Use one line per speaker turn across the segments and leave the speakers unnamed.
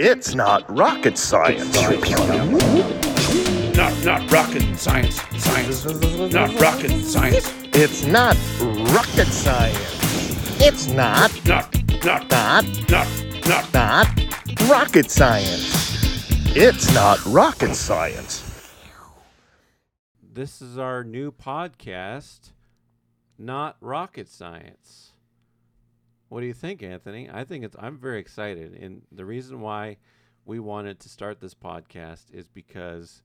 It's not rocket science.
Not not rocket science, science. Not rocket science.
It's not rocket science. It's not,
Not not
not,
not not
not rocket science. It's not rocket science.
This is our new podcast, Not Rocket Science. What do you think, Anthony? I think it's I'm very excited and the reason why we wanted to start this podcast is because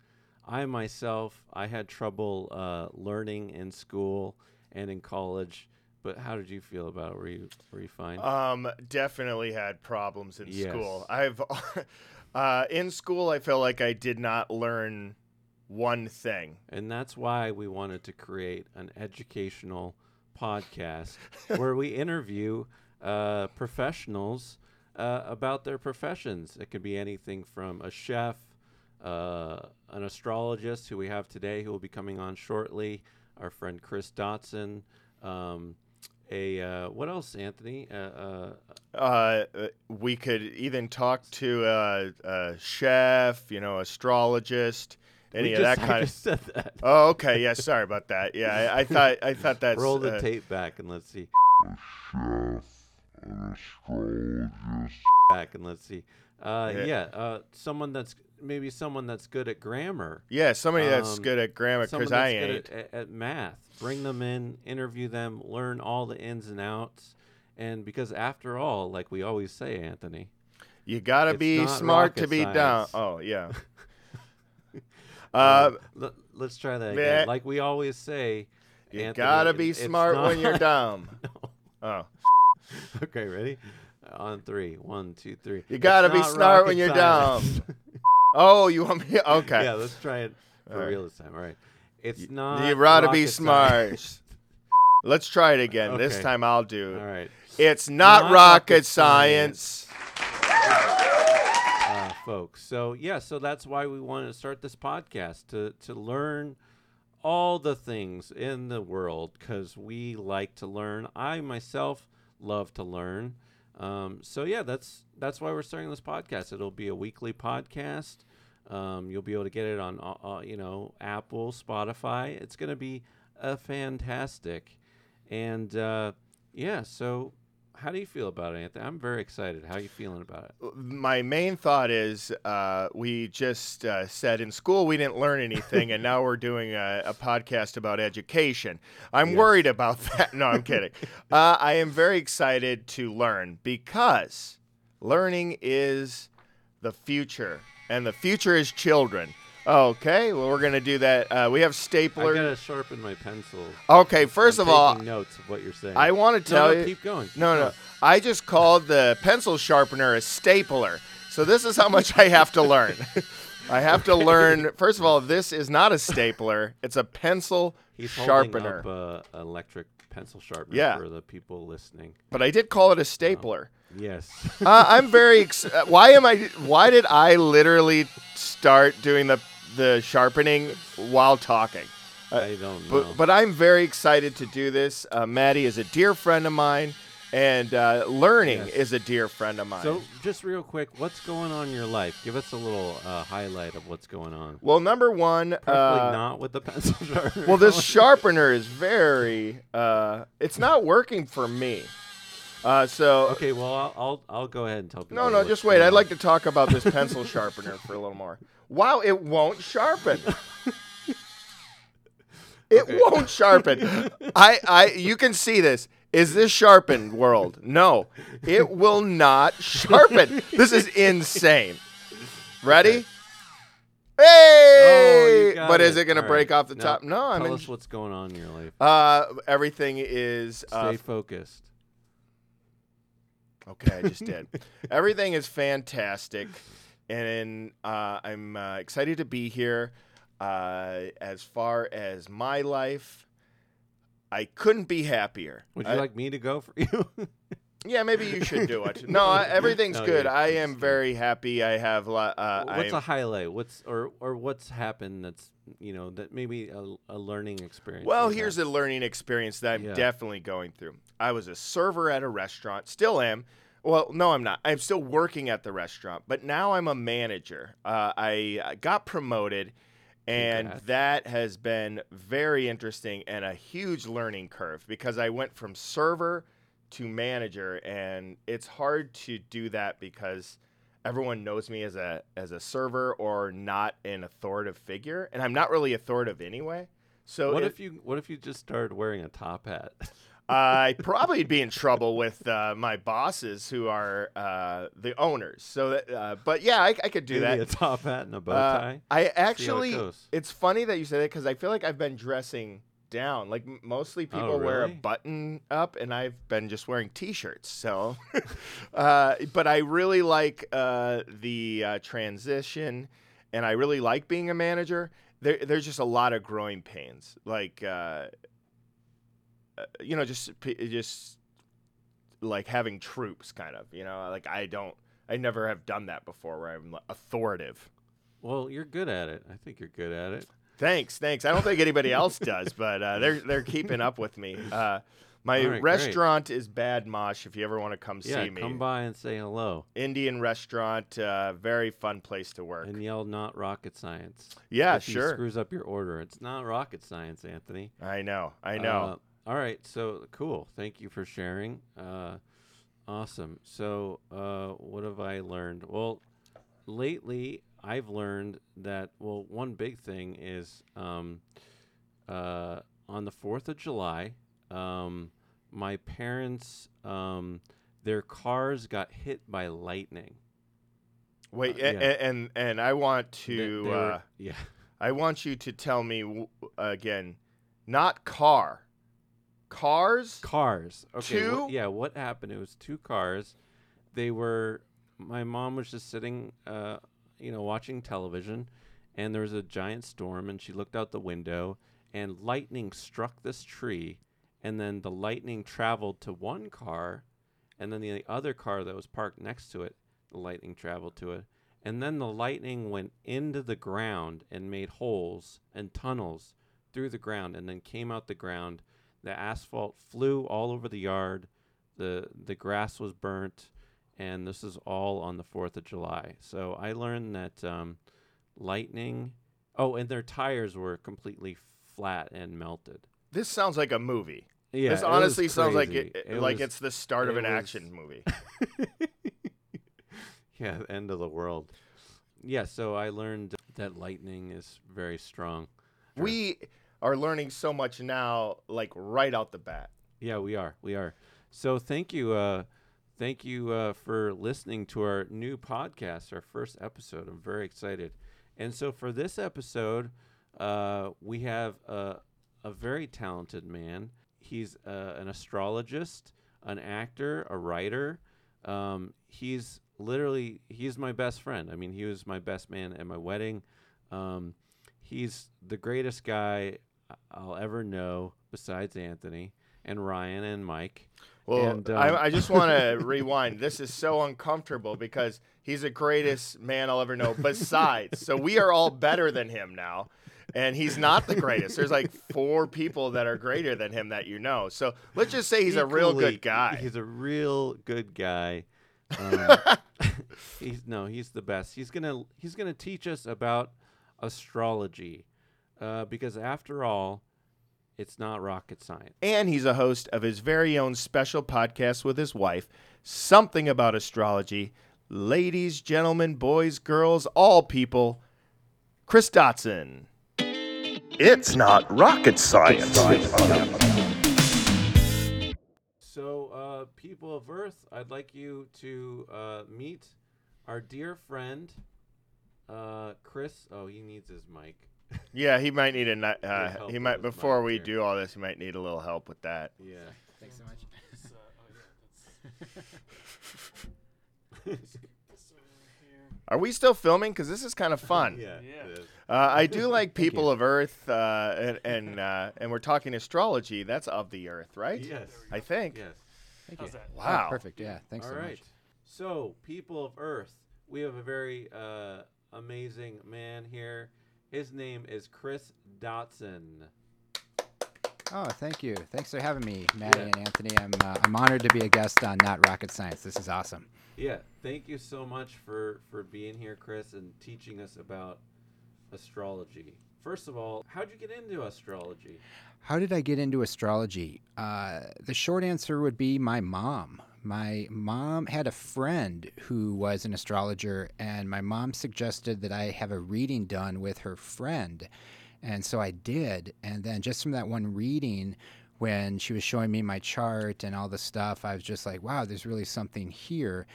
I myself I had trouble uh, learning in school and in college. But how did you feel about it? Were you were you fine?
Um, definitely had problems in
Yes.
school. I've uh, in school I felt like I did not learn one thing.
And that's why we wanted to create an educational podcast where we interview uh, professionals uh, about their professions. It could be anything from a chef, uh, an astrologist who we have today, who will be coming on shortly, our friend Chris Dotson. Um, a uh, what else, Anthony? Uh, uh,
Uh, uh, we could even talk to a, a chef, you know, astrologist, any
we
of
just,
that
I
kind
just said that.
of. Oh, okay. Yeah, sorry about that. Yeah, I, I thought I thought that's
Roll the
uh,
tape back and let's see. Back and let's see. Uh, yeah,
Yeah.
uh, someone that's maybe someone that's good at grammar.
Yeah, somebody that's
Um,
good at grammar
someone
because
that's
I
good
ain't.
at, at, at math. Bring them in, interview them, learn all the ins and outs. And because after all, like we always say, Anthony,
You gotta
It's
be
not
smart to
rocket
be down.
science.
Oh yeah. uh,
let, us try that
yeah.
again. Like we always say,
you
Anthony,
gotta
it-
be
it's
smart when you're
not-
dumb. Oh.
okay, ready? On three. One, two, three.
You
It's
gotta be
not
smart when
rocket
you're
science.
Oh, you want me? Okay.
yeah, let's try it for
All right.
real this time. All right. It's
Y-
not.
you gotta be
rocket
smart.
science.
Let's try it again. This
Okay.
time I'll do.
all
it.
right.
It's not,
Not
rocket,
rocket
science.
uh, folks. So yeah, so that's why we wanted to start this podcast to to learn all the things in the world because we like to learn. I myself love to learn. Um, so yeah, that's that's why we're starting this podcast. It'll be a weekly podcast. Um, you'll be able to get it on uh, uh, you know Apple, Spotify. It's gonna be a fantastic. And uh, yeah, so how do you feel about it, Anthony? I'm very excited. How you feeling about it?
My main thought is uh, we just uh, said in school we didn't learn anything, and now we're doing a, a podcast about education. I'm
Yes.
worried about that. No, I'm kidding. uh, I am very excited to learn because learning is the future, and the future is children. Okay, well, we're going to do that. Uh, we have
I
staplers.
gotta sharpen my pencil.
Okay, 1st
I'm
of all,
taking notes of what you're saying.
I want to tell
no, no,
you.
keep going. Uh, keep
No, no.
going.
I just called the pencil sharpener a stapler. So this is how much I have to learn. I have to learn. First of all, this is not a stapler. It's a pencil
He's
sharpener.
holding up a electric pencil sharpener
Yeah.
for the people listening.
But I did call it a stapler.
Yes.
Uh, I'm very. Ex- uh, why am I? Why did I literally start doing the the sharpening while talking?
I don't know.
But, but I'm very excited to do this. Uh, Maddie is a dear friend of mine, and uh, learning
Yes.
is a dear friend of mine.
so, just real quick, what's going on in your life? Give us a little uh, highlight of what's going on.
well, number one,
Preferably
uh,
not with the pencil sharpener.
well, this
going.
sharpener is very. Uh, it's not working for me. Uh, so
okay. Well, I'll, I'll I'll go ahead and tell people.
no, no,
what's
just wait.
going
I'd
on.
like to talk about this pencil sharpener for a little more. Wow, it won't sharpen. It won't sharpen. I, I, you can see this. Is this sharpened, world? No, it will not sharpen. This is insane. Ready?
Oh,
Hey!
you got
but is it going to
All
break
right.
off the top? No, I
tell
mean,
us what's going on in your life.
uh, everything is
Stay
uh,
focused.
Okay, I just did. Everything is fantastic, and uh, I'm uh, excited to be here. Uh, as far as my life, I couldn't be happier.
Would you
I-
like me to go for you?
Yeah, maybe you should do it. No, I, everything's
No,
good.
you're-
I
you're
am
just-
very happy. I have. Lo- uh,
what's a
I'm-
highlight? What's or or what's happened that's you know that maybe a, a learning experience.
well,
you
here's
had?
a learning experience that I'm
Yeah.
definitely going through. I was a server at a restaurant, still am, Well, no, I'm not. I'm still working at the restaurant, but now I'm a manager. Uh, I uh, got promoted, and
Congrats.
that has been very interesting and a huge learning curve because I went from server to manager, and it's hard to do that because everyone knows me as a as a server or not an authoritative figure, and I'm not really authoritative anyway. So
What
it-
if you What if you just started wearing a top hat?
I probably be in trouble with uh, my bosses who are uh, the owners. So, that, uh, but yeah, I, I could do
Maybe a
that.
top hat and a bow
Uh,
tie.
I actually,
goes.
it's funny that you say that because I feel like I've been dressing down. Like m- mostly people wear a
Oh, really?
button up, and I've been just wearing t-shirts. So, uh, but I really like uh, the uh, transition, and I really like being a manager. There, there's just a lot of growing pains. Like. Uh, uh, you know, just p- just like having troops, kind of. You know, like I don't, I never have done that before, where I'm like, authoritative.
well, you're good at it. I think you're good at it.
Thanks, thanks. I don't think anybody else does, but uh, they're they're keeping up with me. Uh, my
All right, great.
restaurant is Bad Mosh. If you ever want to come
Yeah,
see me,
come by and say hello
Indian restaurant, uh, very fun place to work.
and yell not rocket science.
yeah,
if he
sure.
screws up your order. It's not rocket science, Anthony.
I know, I know.
Uh, all right, so cool. Thank you for sharing. Uh, awesome. So, uh, what have I learned? Well, lately I've learned that well, one big thing is um, uh, on the Fourth of July, um, my parents um, their cars got hit by lightning.
Wait,
uh,
a-
yeah.
a- and and I want
They-
to.
they were-
uh,
yeah.
I want you to tell me w- again, not car, cars.
cars. Okay. wh-
Two?
yeah. What happened? It was two cars. They were. My mom was just sitting, uh, you know, watching television, and there was a giant storm, and she looked out the window, and lightning struck this tree, and then the lightning traveled to one car, and then the other car that was parked next to it, the lightning traveled to it, and then the lightning went into the ground and made holes and tunnels through the ground, and then came out the ground the asphalt flew all over the yard. The the grass was burnt, and this is all on the Fourth of July. So I learned that um, lightning. Oh, and their tires were completely flat and melted.
This sounds like a movie.
Yeah,
this
it was
honestly sounds like
crazy.
it, like
was-
it's the start of an
it was-
action movie.
yeah, the end of the world. Yeah, so I learned that lightning is very strong.
we are learning so much now, like right out the bat.
Yeah, we are. We are. So thank you. Uh, thank you uh, for listening to our new podcast, our first episode. I'm very excited. And so for this episode, uh, we have a, a very talented man. He's uh, an astrologist, an actor, a writer. Um, he's literally he's my best friend. I mean, he was my best man at my wedding. Um, he's the greatest guy I- I'll ever know, besides Anthony and Ryan and Mike.
Well,
And, um,
I, I just want to rewind. This is so uncomfortable because he's the greatest man I'll ever know. Besides, so we are all better than him now, and he's not the greatest. There's like four people that are greater than him that you know. So let's just say he's a real
Equally-
good guy.
He's a real good guy. Um, he's no, he's the best. He's gonna he's gonna teach us about astrology, uh, because after all, it's not rocket science.
and he's a host of his very own special podcast with his wife, Something About Astrology. Ladies, gentlemen, boys, girls, all people, Chris Dotson.
It's not rocket science.
So, uh, people of Earth, I'd like you to uh, meet our dear friend, uh, Chris. Oh, he needs his mic.
Yeah, he might need a ni- uh,
help
he
with
might
his mic
before we
there.
do all this, he might need a little help with that.
Yeah.
Thanks so much.
Are we still filming? Because this is kind of fun.
Yeah. it is.
Uh, I do like people of Earth, uh, and and, uh, and we're talking astrology. That's of the Earth, right?
Yes.
I think.
Yes.
Thank
How's
you.
that?
Oh,
Wow.
perfect. Yeah. Thanks
All
so
right.
much.
So, people of Earth, we have a very uh, amazing man here. His name is Chris Dotson.
Oh, thank you. Thanks for having me, Maddie and Anthony. I'm uh, I'm honored to be a guest on Not Rocket Science. This is awesome.
Yeah, thank you so much for for being here, Chris, and teaching us about astrology. First of all, how'd you get into astrology?
How did I get into astrology? Uh, the short answer would be my mom. My mom had a friend who was an astrologer, and my mom suggested that I have a reading done with her friend. And so I did. And then just from that one reading, when she was showing me my chart and all the stuff, I was just like, wow, there's really something here.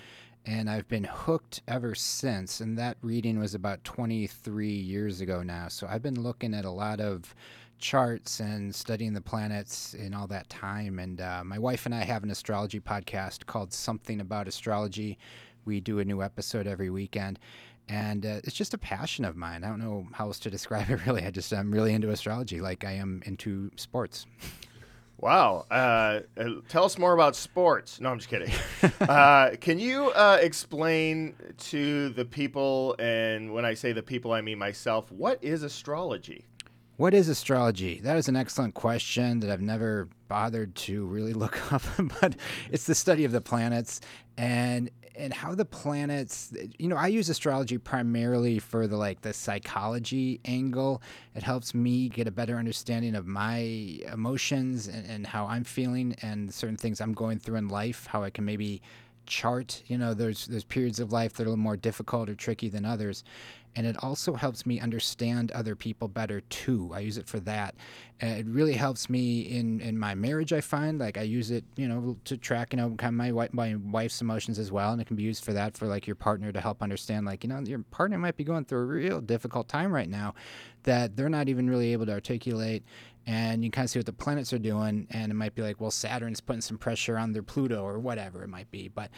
And I've been hooked ever since. And that reading was about 23 years ago now. So I've been looking at a lot of charts and studying the planets in all that time. And uh, my wife and I have an astrology podcast called Something About Astrology. We do a new episode every weekend. And uh, it's just a passion of mine. I don't know how else to describe it, really. I just, I'm really into astrology, like I am into sports.
Wow. Uh, uh, tell us more about sports. No, I'm just kidding. uh, can you uh, explain to the people, and when I say the people, I mean myself, what is astrology?
What is astrology? That is an excellent question that I've never bothered to really look up, but it's the study of the planets and and how the planets you know i use astrology primarily for the like the psychology angle it helps me get a better understanding of my emotions and, and how i'm feeling and certain things i'm going through in life how i can maybe chart you know there's there's periods of life that are a little more difficult or tricky than others and it also helps me understand other people better too i use it for that Uh, it really helps me in in my marriage i find like i use it you know to track you know kind of my, wife, my wife's emotions as well and it can be used for that for like your partner to help understand like you know your partner might be going through a real difficult time right now that they're not even really able to articulate and you kind of see what the planets are doing and it might be like well saturn's putting some pressure on their pluto or whatever it might be but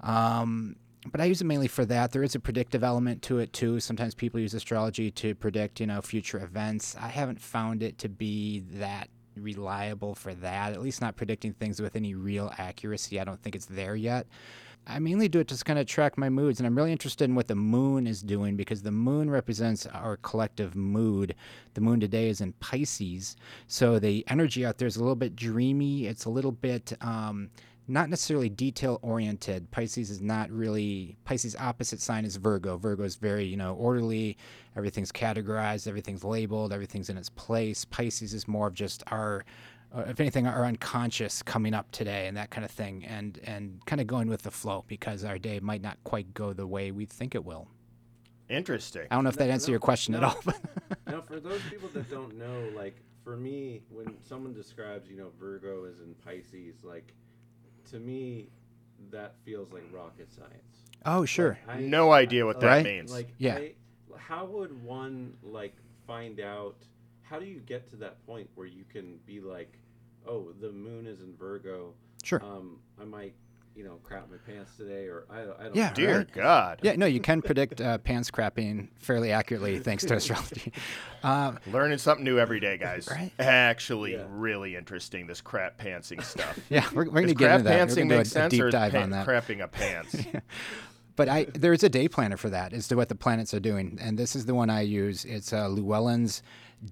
um but I use it mainly for that. There is a predictive element to it too. Sometimes people use astrology to predict, you know, future events. I haven't found it to be that reliable for that. At least not predicting things with any real accuracy. I don't think it's there yet. I mainly do it just kind of track my moods, and I'm really interested in what the moon is doing because the moon represents our collective mood. The moon today is in Pisces, so the energy out there is a little bit dreamy. It's a little bit um, not necessarily detail oriented. Pisces is not really Pisces' opposite sign is Virgo. Virgo is very you know orderly. Everything's categorized. Everything's labeled. Everything's in its place. Pisces is more of just our uh, if anything, our unconscious coming up today and that kind of thing, and and kind of going with the flow because our day might not quite go the way we think it will.
Interesting.
I don't know if that answered your question at all. But
Now, for those people that don't know, like for me, when someone describes, you know, Virgo is in Pisces, like to me, that feels like rocket science.
oh, sure.
I,
No idea what that
Right?
means.
Like,
Yeah.
I, how would one like find out? How do you get to that point where you can be like, oh, the moon is in Virgo.
Sure.
Um, I might, you know, crap my pants today, or I, don't- I don't.
Yeah,
know.
Dear
Right.
God.
Yeah, no, you can predict uh, pants crapping fairly accurately thanks to astrology. Um,
Learning something new every day, guys.
Right.
Actually,
Yeah.
really interesting, this crap pantsing stuff.
yeah, we're, we're going to
Does
get
crap
into that. We're
pantsing make
going to do a, a
sense or
deep
is
dive
pa-
on that.
crapping a pants?
But I there is a day planner for that as to what the planets are doing, and this is the one I use. It's uh, Llewellyn's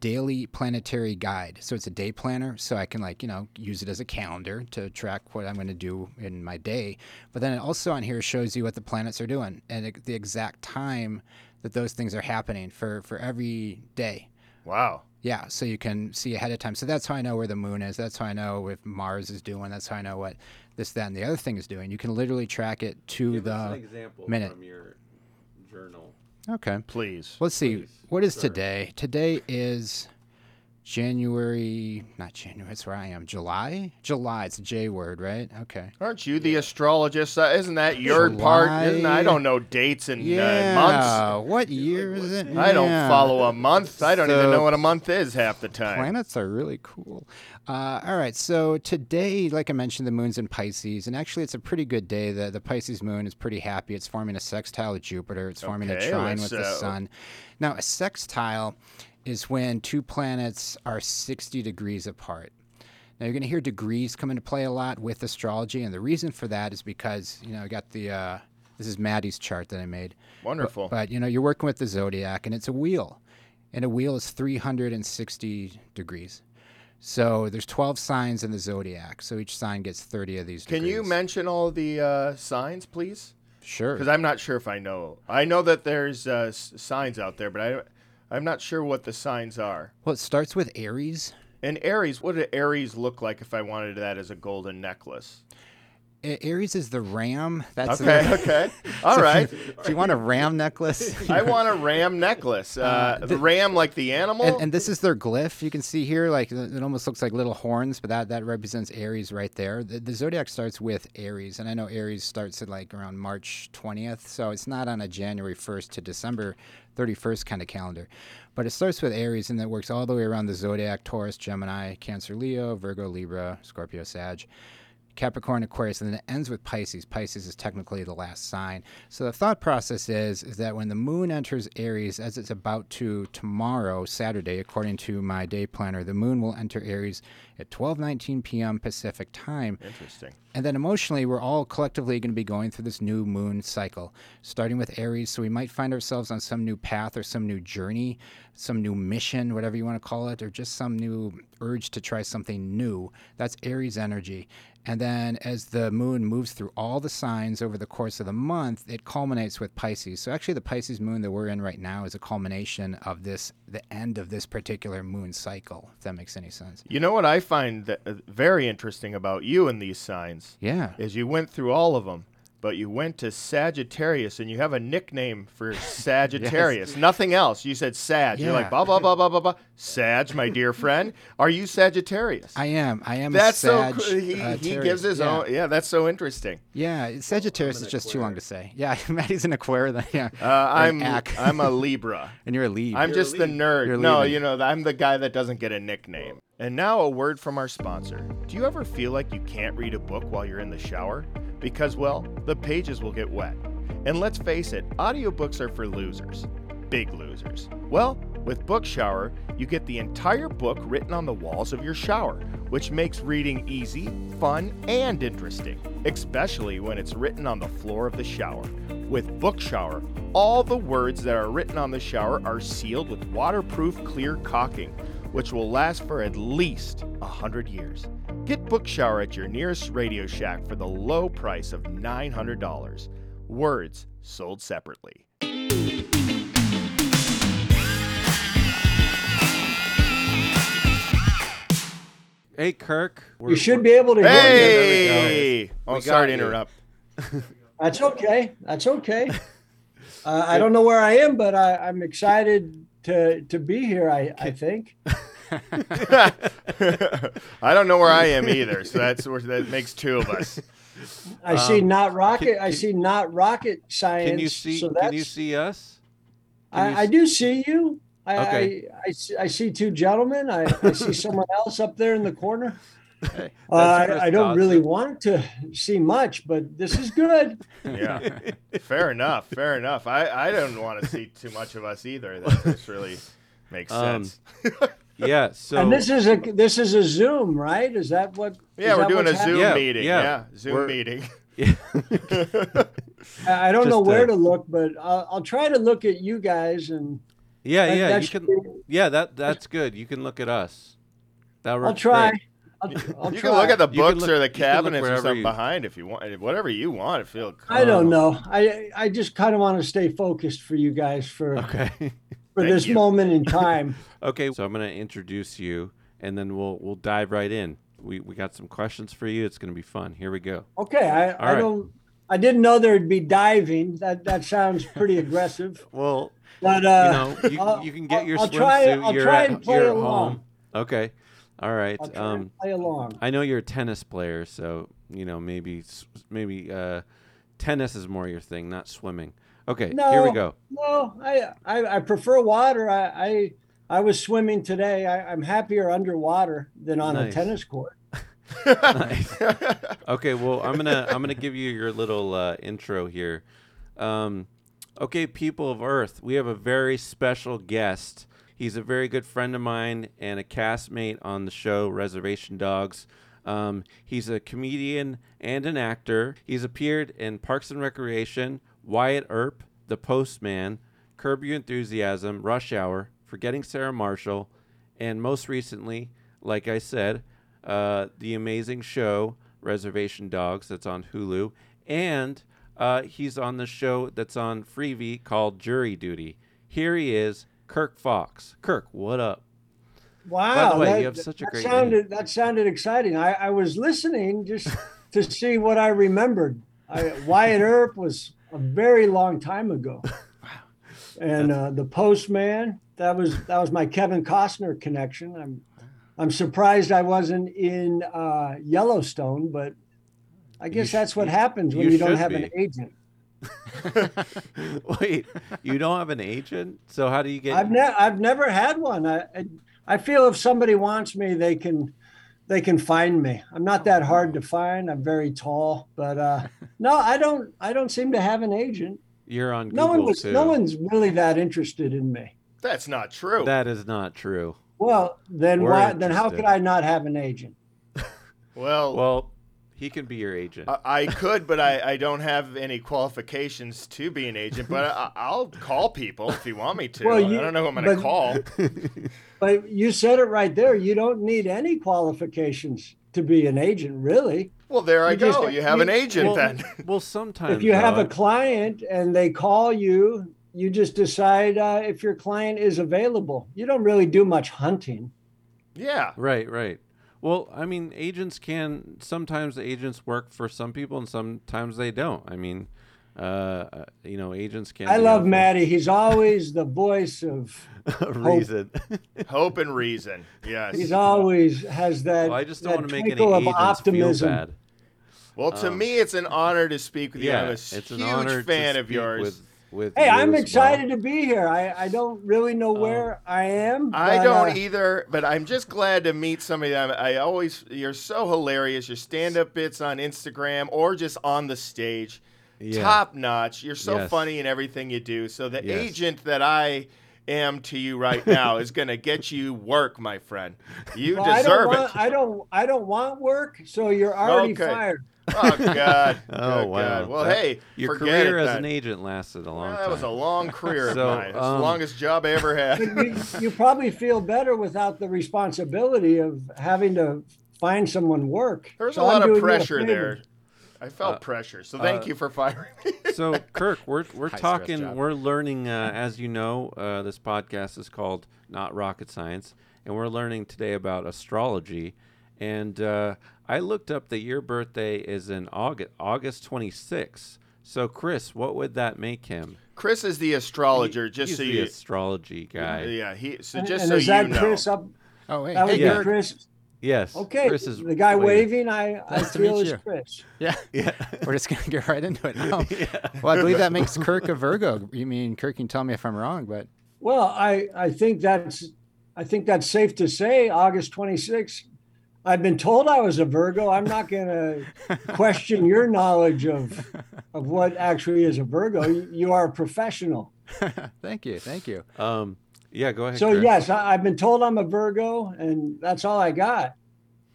Daily Planetary Guide. So it's a day planner, so I can like you know use it as a calendar to track what I'm going to do in my day. But then it also on here shows you what the planets are doing and it, the exact time that those things are happening for for every day.
wow.
Yeah, so you can see ahead of time. So that's how I know where the moon is. That's how I know if Mars is doing. That's how I know what this, that, and the other thing is doing. You can literally track it to
Give
the.
us an example
minute.
from your journal.
Okay.
Please.
Let's see.
Please.
What is
Sorry.
today? Today is January, not January. That's where I am. July? July. It's a J word, right? Okay.
Aren't you the astrologist? Uh, isn't that your part? Isn't, I
July.
don't know dates and
Yeah.
uh,
What year is it?
months. I don't
Yeah.
follow a month. I don't even
So-
know what a month is half the time.
Planets are really cool. Uh, all right, so today, like I mentioned, the moon's in Pisces, and actually, it's a pretty good day. the The Pisces moon is pretty happy. It's forming a sextile with Jupiter. It's forming
Okay,
a trine
let's,
with the
uh,
sun. Now, a sextile is when two planets are sixty degrees apart. Now you're going to hear degrees come into play a lot with astrology, and the reason for that is because you know I got the uh, this is Maddie's chart that I made.
Wonderful.
But you know, you're working with the zodiac, and it's a wheel, and a wheel is 360 degrees. So there's 12 signs in the zodiac. So each sign gets 30 of these.
Can you
degrees.
mention all the uh, signs, please?
Sure.
Because I'm not sure if I know. I know that there's uh, s- signs out there, but I, I'm not sure what the signs are.
Well, it starts with Aries.
And Aries, what did Aries look like if I wanted that as a golden necklace?
A- Aries is the ram. That's the-
Okay, okay. All
So
right.
if you- If you want a ram necklace,
I want a ram necklace. Uh, the ram, like the animal?
and, and this is their glyph. You can see here, like it almost looks like little horns, but that, that represents Aries right there. The, the zodiac starts with Aries, and I know Aries starts at like around March 20th, so it's not on a January 1st to December 31st kind of calendar, but it starts with Aries, and that works all the way around the zodiac: Taurus, Gemini, Cancer, Leo, Virgo, Libra, Scorpio, Sag. Capricorn, Aquarius, and then it ends with Pisces. Pisces is technically the last sign. So the thought process is is that when the moon enters Aries, as it's about to tomorrow, Saturday, according to my day planner, the moon will enter Aries at 12:19 p.m. Pacific time.
Interesting.
And then emotionally, we're all collectively going to be going through this new moon cycle, starting with Aries. So we might find ourselves on some new path or some new journey, some new mission, whatever you want to call it, or just some new urge to try something new. That's Aries energy. And then as the moon moves through all the signs over the course of the month, it culminates with Pisces. So actually, the Pisces moon that we're in right now is a culmination of this, the end of this particular moon cycle, if that makes any sense.
You know what I find that, uh, very interesting about you and these signs
Yeah.
is you went through all of them, but you went to Sagittarius and you have a nickname for Sagittarius. Nothing else. You said Sag. You're
Yeah.
like blah blah blah blah blah blah. Sag, my dear friend, are you Sagittarius?
I am. I am.
that's
a Sag,
so. Cool. He,
uh,
he
Terry.
gives his
Yeah.
own. Yeah, that's so interesting.
Yeah, it- Sagittarius is just too long to say. Yeah, Maddie's an Aquarius. Then, yeah,
Uh, I'm
Ac.
I'm a Libra.
and you're a Libra.
I'm just the nerd.
You're
no,
leaving.
you know, I'm the guy that doesn't get a nickname. And now a word from our sponsor. Do you ever feel like you can't read a book while you're in the shower? Because, well, the pages will get wet. And let's face it, audiobooks are for losers. Big losers. Well, with Book Shower, you get the entire book written on the walls of your shower, which makes reading easy, fun, and interesting, especially when it's written on the floor of the shower. With Book Shower, all the words that are written on the shower are sealed with waterproof clear caulking, which will last for at least 100 years. Get Book Shower at your nearest Radio Shack for the low price of $900. Words sold separately.
Hey, Kirk.
You should be able to hear me.
Hey!
Hey! Oh,
We
sorry
got
to
you.
interrupt.
That's okay. That's okay. Uh, I don't know where I am, but I, I'm excited to to be here. I, I think.
I don't know where I am either, so that's where that makes two of us.
I see
Um,
not rocket. I
can-
see not rocket science.
Can you see?
So
can you
that's-
see us? can you
I, I
s-
do see you. I,
Okay.
I, I, see, I see two gentlemen. I, I see someone else up there in the corner.
That's
Uh,
Chris
I, I don't really
Dodson.
want to see much, but this is good.
Yeah. Fair enough. Fair enough. I, I don't want to see too much of us either. That just really makes
Um,
sense.
Yeah. So
and this is a this is a Zoom, right? Is that what?
Yeah,
is
we're
that
doing a
what's
Zoom
Yeah,
meeting.
yeah.
Yeah, Zoom
We're-
meeting.
happening? I I don't know
just,
where
uh,
to look, but I'll, I'll try to look at you guys and
yeah,
that-
yeah.
that
You
should
can.
be-
Yeah, that that's good. You can look at us. That
I'll
works
try.
great.
I'll, I'll
you
try.
can look at the
You can
books
look-
or
you
the
can look
cabinets or
wherever
something
you-
behind if you want. Whatever you want. If you
I
Oh.
don't know. I I just kind of want to stay focused for you guys for
Okay.
for
Thank
this
you.
moment in time.
Okay, so I'm going to introduce you, and then we'll we'll dive right in. We we got some questions for you. It's going to be fun. Here we go.
Okay, I,
All
I
right.
don't. I didn't know there'd be diving. That that sounds pretty aggressive.
Well,
But
you
uh,
know, you,
I'll-
you can get your
I'll
swimsuit.
try- I'll
you're
try
at,
and play
you're at
along.
home. Okay. All right.
I'll try
Um,
and play along.
I know you're a tennis player, so you know maybe s- maybe uh, tennis is more your thing, not swimming. Okay. Here we
No.
go.
No, I I, I prefer water. I, I I was swimming today. I, I'm happier underwater than on
Nice.
a tennis court.
Nice. okay. Well, I'm gonna I'm gonna give you your little uh, intro here. Um, okay, people of Earth, we have a very special guest. He's a very good friend of mine and a castmate on the show Reservation Dogs. Um, he's a comedian and an actor. He's appeared in Parks and Recreation, Wyatt Earp, The Postman, Curb Your Enthusiasm, Rush Hour, Forgetting Sarah Marshall, and most recently, like I said, uh, the amazing show Reservation Dogs that's on Hulu, and uh, he's on the show that's on Freevee called Jury Duty. Here he is, Kirk Fox. Kirk, what up?
Wow,
way,
that,
you have such a
that
great
sounded that sounded exciting. I, I was listening just to see what I remembered. I, Wyatt Earp was a very long time ago, and uh, the Postman that was that was my Kevin Costner connection. I'm I'm surprised I wasn't in uh, Yellowstone, but I guess
sh-
that's what
you-
happens when
you
you, don't
should
have an
be.
agent.
Wait, you don't have an agent? So how do you get?
I've never I've never had one. I, I I feel if somebody wants me, they can they can find me. I'm not that hard to find. I'm very tall, but uh, no, I don't I don't seem to have an agent.
You're on Google
No one was
too.
no one's really that interested in me.
That's not true.
That is not true.
Well, then
We're
why then how
interested.
could I not have an agent?
well,
Well, he can be your agent.
I, I could, but I, I don't have any qualifications to be an agent. But I, I'll call people if you want me to.
Well, you-
I don't know who I'm going to
but-
call.
But you said it right there. You don't need any qualifications to be an agent, really.
Well, there I
You just-
go. You have an
you-
agent
well,
then.
well, sometimes
if you have a
though,
client and they call you you just decide uh, if your client is available you don't really do much hunting
yeah.
Right, right. Well, I mean, agents can sometimes the agents work for some people and sometimes they don't. I mean, uh, uh, you know, agents can.
i
be
love
helpful.
matty he's always the voice of Oh,
reason.
Hope and reason. Yes.
he's always has that
well, I just
that
don't want to make any
twinkle of
agents
optimism
feel bad.
Well, to me, it's an honor to speak with you.
Yeah,
I'm a
it's an honor
huge fan
to
of
speak
yours.
With, with
hey
you
i'm
as
excited
well.
to be here i i don't really
Oh.
know where i am
I
but,
don't e,
uh,
either, but I'm just glad to meet somebody that I always. You're so hilarious. Your stand-up bits on Instagram or just on the stage,
Yeah.
top notch. You're so
Yes.
funny in everything you do. So the
Yes.
agent that I am to you right now is gonna get you work, my friend. You
well, I don't
deserve
want,
it.
I don't. I don't want work. So you're already
Okay.
fired.
Oh God.
Oh
Good
wow.
God. Well,
That-
hey,
your
forget
career
it
as
then.
an agent lasted a long
Well,
time.
that was a long career of
So,
mine. That's
um,
the longest job I ever had.
you, you probably feel better without the responsibility of having to find someone work.
There's
So
a
I'm
lot
doing
of
you
pressure
favor.
there. I felt pressure. So thank
uh,
you for firing me.
so kirk we're, we're
High-stress
talking
job.
we're learning uh, as you know uh, this podcast is called not rocket science and we're learning today about astrology and uh, i looked up that your birthday is in august august 26th so chris what would that make him
Chris is the astrologer, just
He's
so
the
you.
astrology guy
Yeah, he. So
And,
just
and
so
is
you
that
know,
Chris up?
Oh wait,
That
hey,
would
yeah.
be
Kirk.
Chris.
yes
Okay,
chris is
the guy
waiting.
waving. I, I
Nice to
feel
meet
is
you.
Chris.
Yeah,
yeah
we're just gonna get right into it now. Well, I believe that makes Kirk a Virgo. You mean Kirk? You can tell me if I'm wrong, but
Well, I I think that's I think that's safe to say. August 26th. I've been told I was a Virgo. I'm not going to question your knowledge of of what actually is a Virgo. You, you are a professional.
thank you, thank you.
um yeah go ahead
So
Chris.
yes, I, I've been told I'm a Virgo, and that's all I got.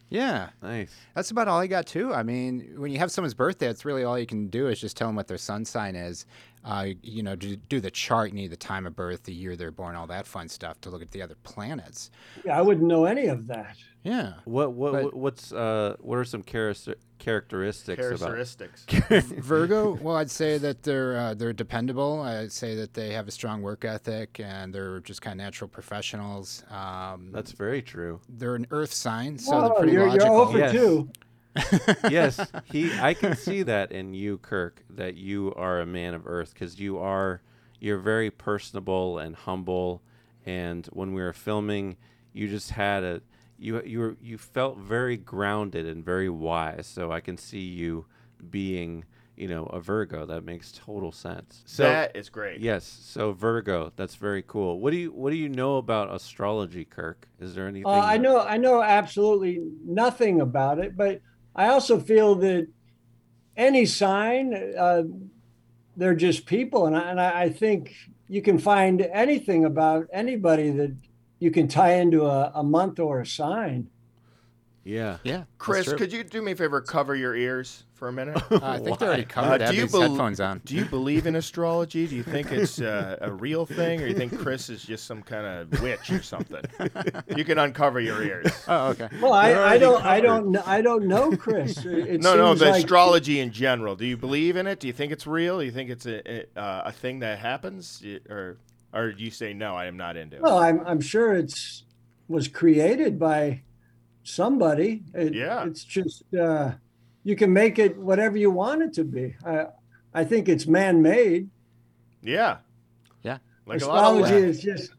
Yeah,
nice
That's about all I got too. I mean, when you have someone's birthday, it's really all you can do is just tell them what their sun sign is. Uh, you know, do, do the chart, you need the time of birth, the year they're born, all that fun stuff to look at the other planets.
Yeah, I wouldn't know any of that.
Yeah.
what what
But-
what's uh what are some character- characteristics about
characteristics.
Virgo, well, I'd say that they're uh, they're dependable. I'd say that they have a strong work ethic and they're just kind of natural professionals. Um,
that's very true
they're an Earth sign, so
Whoa,
they're pretty
you're, you're
logical.
over
Yes.
two.
yes, he. I can see that in you, Kirk, that you are a man of earth because you are. You're very personable and humble. And when we were filming, you just had a you you were you felt very grounded and very wise. So I can see you being you know a Virgo. That makes total sense. So
that is great.
yes, so Virgo. That's very cool. What do you what do you know about astrology, Kirk? Is there anything?
Uh, I
that-
know I know absolutely nothing about it, but I also feel that any sign, uh, they're just people, and I, and I I think you can find anything about anybody that you can tie into a, a month or a sign.
Yeah.
Yeah. that's
Chris,
true.
could you do me a favor? Cover your ears for a minute.
Uh, I think they already covered
Uh,
that.
do you
These
bel- Oh.
headphones on.
Do you believe in astrology? Do you think it's uh, a real thing, or you think Chris is just some kind of witch or something? You can uncover your ears.
Oh, okay.
They're
Well, I, I
already
don't, I
covered.
don't, kn- I don't know, Chris. It, it
No, no,
seems
the
like,
astrology in general. Do you believe in it? Do you think it's real? Do you think it's a a, uh, a thing that happens, You- or or you say no, I am not into it?
Well, I'm, I'm sure it's was created by somebody. It-
Yeah.
It's just uh, you can make it whatever you want it to be. I, I think it's man-made.
yeah,
Yeah.
Like a lot of
astrology is just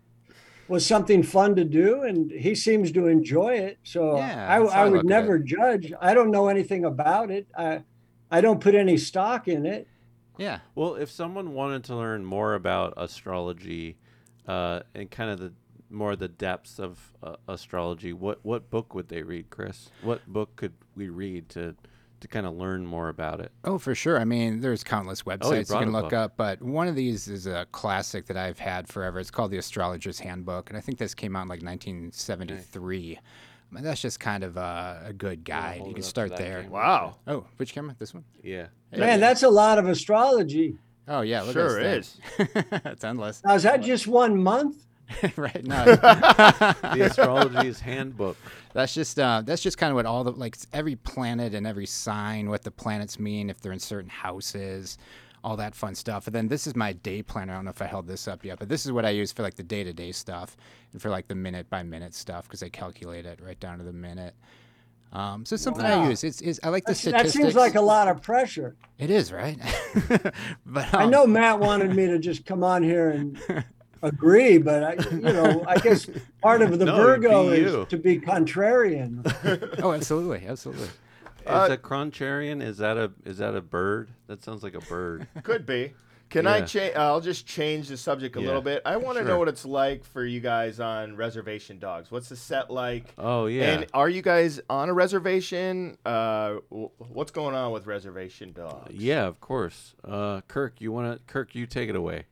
was something fun to do and he seems to enjoy it so
Yeah,
i,
that's how I
I
look
would
at
never judge i don't know anything about it i i don't put any stock in it
Yeah.
Well, if someone wanted to learn more about astrology uh, and kind of the more the depths of uh, astrology, what what book would they read, Chris? What book could we read to to kind of learn more about it?
Oh, for sure. I mean, there's countless websites you
brought
can
a
look
book.
up, but one of these is a classic that I've had forever. It's called The Astrologer's Handbook, and I think this came out in like 1973. I mean, that's just kind of uh, a good guide.
hold
You
it
can
up to
start
that
there.
camera.
Wow,
Oh, which camera? This one?
Yeah.
man that's a lot of astrology
Oh, yeah. Look
sure
at this
is.
thing. it's endless.
now is that just one month
right? No.
The astrology's handbook.
That's just uh, that's just kind of what all the like every planet and every sign, what the planets mean, if they're in certain houses, all that fun stuff. And then this is my day planner. I don't know if I held this up yet, but this is what I use for like the day to day stuff and for like the minute by minute stuff because I calculate it right down to the minute. Um, so it's something I use. It's, it's I like the
that
statistics.
seems like a lot of pressure
It is right, but
i
um,
know matt wanted me to just come on here and agree but i you know i guess part of the
No,
virgo
be
is
you.
to be contrarian
Oh, absolutely, absolutely.
Is a croncharian? Is that a is that a bird? That sounds like a bird.
could be. Can I
Yeah.
change? I'll just change the subject a
Yeah,
little bit. I want to know
sure.
what it's like for you guys on reservation dogs. What's the set like?
Oh yeah.
And are you guys on a reservation? Uh, wh- what's going on with reservation dogs?
Uh, yeah, of course. Uh, Kirk, you want to? Kirk, you take it away.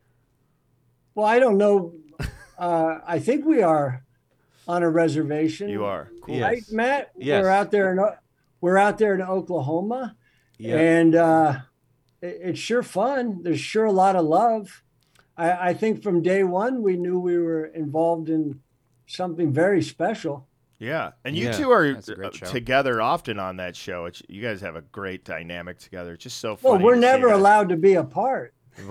Well, I don't know. Uh, I think we are on a reservation.
You are.
Cool.
right,
Yes.
Matt?
Yes.
We're out there in O- we're out there in Oklahoma,
Yeah.
and uh, it- it's sure fun. There's sure a lot of love. I, I think from day one we knew we were involved in something very special.
Yeah, and you
Yeah,
two are
that's a great
uh,
show.
together often on that show. It's, you guys have a great dynamic together. It's just so funny.
Well, we're
to see
never
that.
allowed to be apart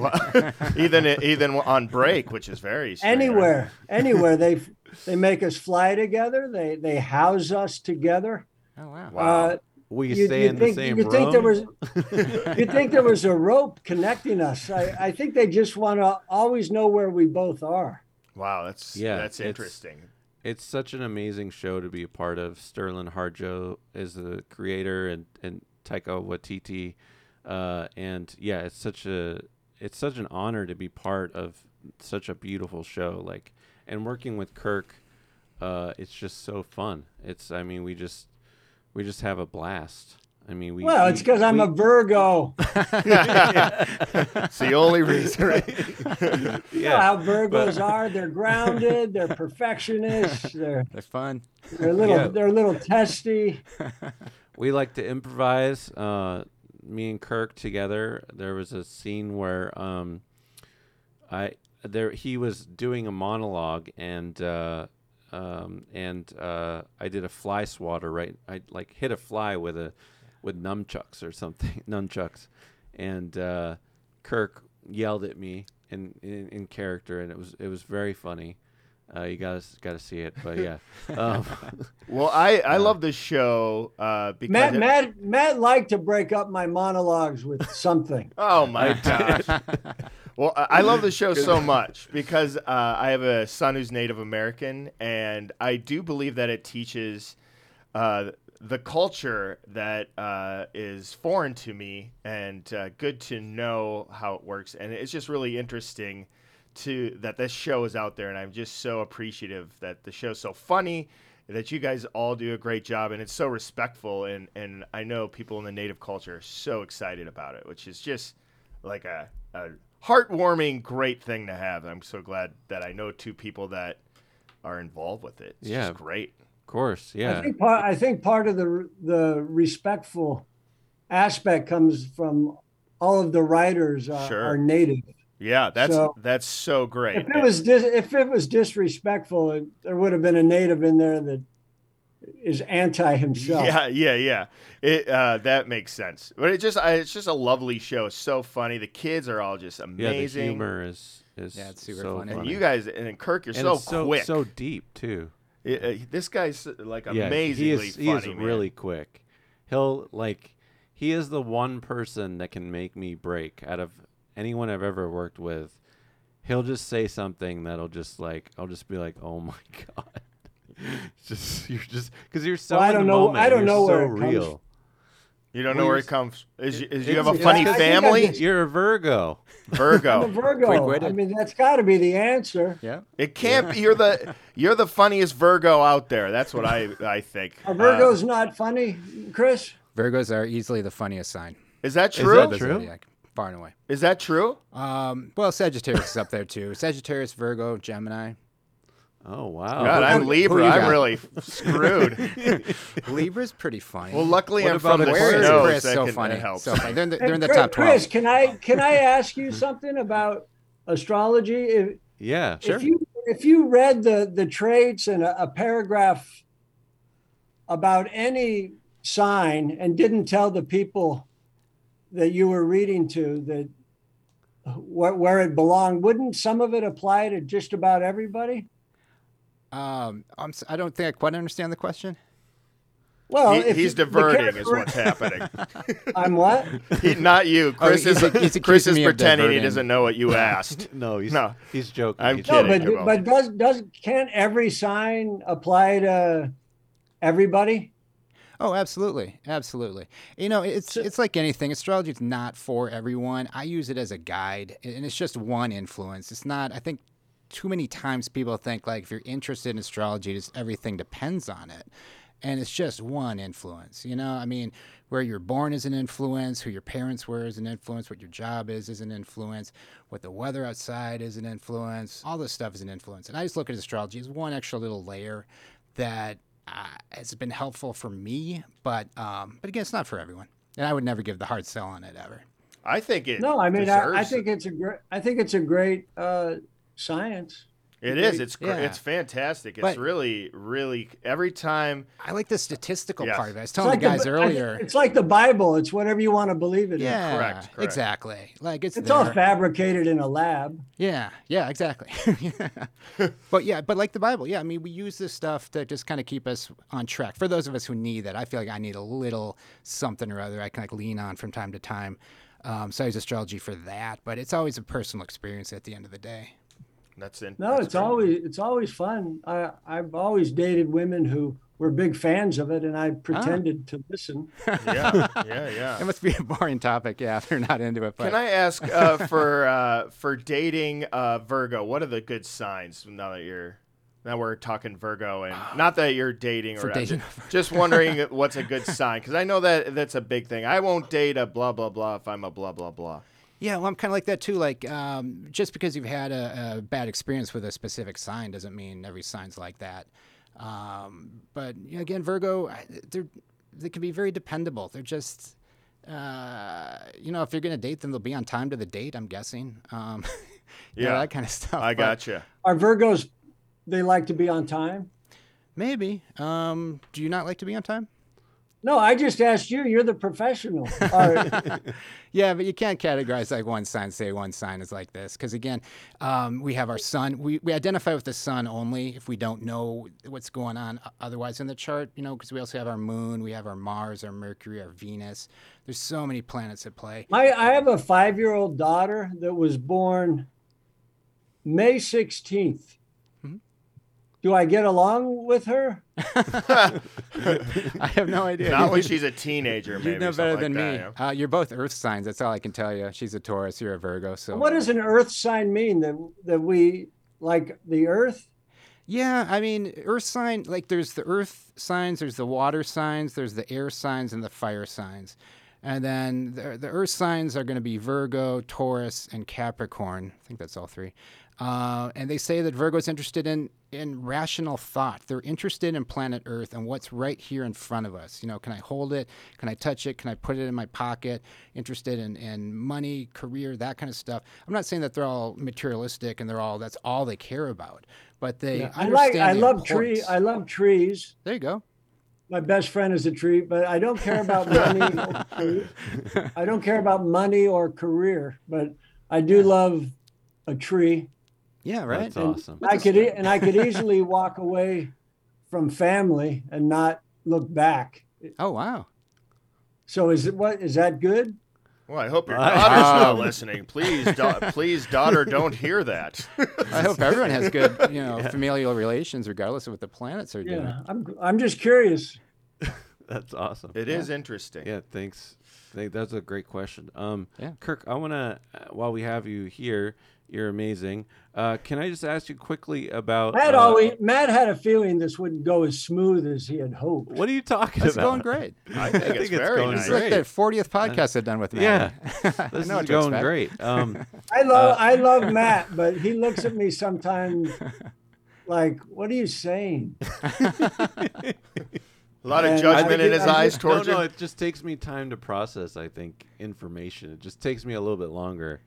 even even on break, which is very strange.
anywhere. anywhere they they make us fly together. They they house us together.
Oh wow.
Wow.
Uh,
We
you'd-
stay
you'd
in
think-
the same
you'd
room.
think there was you think there was a rope connecting us I, I think they just want to always know where we both are
Wow, that's
Yeah,
that's
it's-
interesting.
it's such an amazing show to be a part of. Sterling Harjo is the creator, and and Taika Waititi, uh, and yeah, it's such a it's such an honor to be part of such a beautiful show. Like, and working with Kirk, uh, it's just so fun. It's I mean we just we just have a blast. I mean we
well it's because i'm a virgo
It's the only reason. right?
you know how virgos are they're grounded they're perfectionists they're
They're fun.
they're a little
Yeah.
they're a little testy
we like to improvise. Uh, me and Kirk together. There was a scene where um, I there he was doing a monologue and uh, um, and uh, I did a fly swatter right. I like hit a fly with a with nunchucks or something nunchucks, and uh, Kirk yelled at me in, in in character and it was it was very funny. Uh, you guys got to see it, but yeah. Um,
Well, I I love this show uh, because
matt
it-
matt matt liked to break up my monologues with something
Oh my gosh. well, I I love the show so much because uh, I have a son who's Native American, and I do believe that it teaches uh, the culture that uh, is foreign to me, and uh, good to know how it works. And it's just really interesting to that this show is out there, and I'm just so appreciative that the show's so funny. That you guys all do a great job, and it's so respectful, and and I know people in the native culture are so excited about it, which is just like a, a heartwarming, great thing to have. I'm so glad that I know two people that are involved with it. It's
Yeah.
just great.
course.
I
Yeah.
think part, I think part of the the respectful aspect comes from all of the writers uh,
Sure.
are native.
Yeah, that's
So-
that's so great.
If it was dis- if it was disrespectful, it, there would have been a native in there that is anti himself.
Yeah, yeah, yeah. It uh, that makes sense. But it just I, it's just a lovely show. So funny. The kids are all just
Yeah. The
amazing.
humor is is
Yeah, it's super
so
funny.
funny.
And
and you guys and then Kirk, you're
And
so,
it's so
quick.
so deep too.
Uh, uh, this guy's uh, like
yeah,
amazingly
he is,
funny.
He is
man.
really quick. He'll like he is the one person that can make me break out of anyone I've ever worked with. He'll just say something that'll just like I'll just be like, "Oh my god." It's just you're just cuz you're so
Well, I
in
don't
the
know-
moment,
I don't
you're so
know where it comes
real.
You don't
Well,
know where
you-
it comes. Is, you- is
it-
you have a
it's-
funny
I think I
family,
just-
You're a Virgo.
I'm a
Virgo?
Virgo. I
Quick-witted.
mean, that's got to be the answer.
Yeah.
It can't be. You're the you're the funniest Virgo out there. That's what I I think.
Are
Uh,
Virgo's not funny, Chris?
Virgos are easily the funniest sign.
is that
that
Oh, true? Is
of the
that,
true? Oh,
zodiac, far and away.
true?
Um, well, Sagittarius is up there too. Sagittarius, Virgo, Gemini,
Oh wow.
God, I'm
who you
Libra. I'm
got?
really screwed.
Libra's pretty funny.
well, luckily
What
I'm
about
from the
Where
Aquarius?
is
No,
Chris?
that
So
can-
funny.
That helps.
So funny. They're in the, they're in the
Chris-
top twelve.
Chris, can I can I ask you something about astrology? If,
yeah.
if you if you read the the traits and a, a paragraph about any sign and didn't tell the people that you were reading to that wh- where it belonged, wouldn't some of it apply to just about everybody?
Um, I'm, s- I don't think I quite understand the question.
Well,
He-
if
he's
you- the
diverting, is
character-
what's happening.
I'm what?
He- not you. Chris
he's
is
ac- he's
Chris
accusing
is
me of
pretending he
diverting.
doesn't know what you asked.
no, he's
No.
he's joking.
I'm
he's
No,
kidding.
joking.
but
I won't.
but does does can't every sign apply to everybody?
Oh, absolutely, absolutely. You know, it's
So-
it's like anything. Astrology is not for everyone. I use it as a guide, and it's just one influence. It's not. I think too many times people think like if you're interested in astrology, just everything depends on it, and it's just one influence. You know, I mean, where you're born is an influence, who your parents were is an influence, what your job is is an influence, what the weather outside is an influence. All this stuff is an influence, and I just look at astrology as one extra little layer that uh, has been helpful for me, but um, but again, it's not for everyone, and I would never give the hard sell on it ever.
I think it.
No, I mean I, I
deserves
think it's a great I think it's a great uh, science.
it is. It's gr-
Yeah.
it's fantastic. It's
But-
really really every time.
I like the statistical
Yes.
part of it. I was
It's
telling
like
the guys
I-
earlier.
it's like the Bible. It's whatever you want to believe it in.
yeah,
correct, correct.
exactly. Like it's,
It's
there.
all fabricated in a lab.
Yeah, yeah, exactly. Yeah. but yeah, but like the Bible, yeah. I mean, we use this stuff to just kind of keep us on track. For those of us who need that, I feel like I need a little something or other I can like lean on from time to time. Um, so I use astrology for that, but it's always a personal experience at the end of the day.
That's in.
No,
that's
it's
great.
always it's always fun. I I've always dated women who were big fans of it, and
Ah.
I pretended to listen.
Yeah, yeah, yeah.
It must be a boring topic. Yeah, if they're not into it. But
Can I ask uh, for uh, for dating uh, Virgo? What are the good signs now that you're now we're talking Virgo and not that you're dating or
For
not,
dating.
ju- Just, wondering what's a good sign because I know that that's a big thing. I won't date a blah blah blah if I'm a blah blah blah.
Yeah, well, I'm kind of like that too. Like, um, just because you've had a, a bad experience with a specific sign doesn't mean every sign's like that. Um, but you know, again, Virgo, I- they're they can be very dependable. They're just, uh, you know, if you're gonna date them, they'll be on time to the date. I'm guessing. Um, you know,
Yeah,
that kind of stuff.
I
But
gotcha.
Are Virgos? They like to be on time.
Maybe. Um, do you not like to be on time?
No, I just asked you. You're the professional. Are,
Yeah, but you can't categorize like one sign, say one sign is like this. Because again, um, we have our sun. We, we identify with the sun only if we don't know what's going on o- otherwise in the chart, you know, because we also have our moon, we have our Mars, our Mercury, our Venus. There's so many planets at play.
My I have a five year old daughter that was born May 16th.
Hmm?
Do I get along with her?
I have no idea.
Not when she's a teenager. Maybe
you know
something
better
like
than
that,
me.
yeah.
Uh, you're both Earth signs. That's all I can tell you. She's a Taurus. You're a Virgo. So
What does an earth sign mean that that we like the earth?
Yeah, I mean, earth sign, like there's the earth signs, there's the water signs, there's the air signs, and the fire signs. And then the, the Earth signs are going to be Virgo, Taurus, and Capricorn. I think that's all three. Uh, and they say that Virgo's interested in in rational thought. They're interested in planet Earth and what's right here in front of us. You know, can I hold it? Can I touch it? Can I put it in my pocket? Interested in, in money, career, that kind of stuff. I'm not saying that they're all materialistic and they're all that's all they care about, but they
Yeah. I like.
understand.
I
the
love tree.
importance.
I love trees.
there you go.
My best friend is a tree, but I don't care about money. or food. I don't care about money or career, but I do love a tree.
Yeah, right.
That's awesome.
I could e- and I could easily walk away from family and not look back.
Oh wow.
So is it what is that good?
Well, I hope your
Wow.
daughter's not listening. Please, da- please, daughter, don't hear that.
I hope everyone has good, you know, familial relations, regardless of what the planets are doing.
Yeah, I'm I'm just curious.
That's awesome.
It is interesting.
Yeah, thanks. Thank, that's a great question. Um,
Yeah.
Kirk, I want to, while we have you here, you're amazing. Uh, can I just ask you quickly about.
Matt
uh,
always Matt had a feeling this wouldn't go as smooth as he had hoped.
What are you talking
It's
about?
going great.
I think it's
it's
very
going
It's
nice.
like the 40th podcast I've done with Matt.
Yeah.
I
This
know
is
what to
going
expect.
great. Um,
I love I love Matt, but he looks at me sometimes like, what are you saying?
A lot of
And
judgment
I
in
did-
his
I
eyes
did-
no,
towards
no,
you.
it just takes me time to process, I think, information. It just takes me a little bit longer.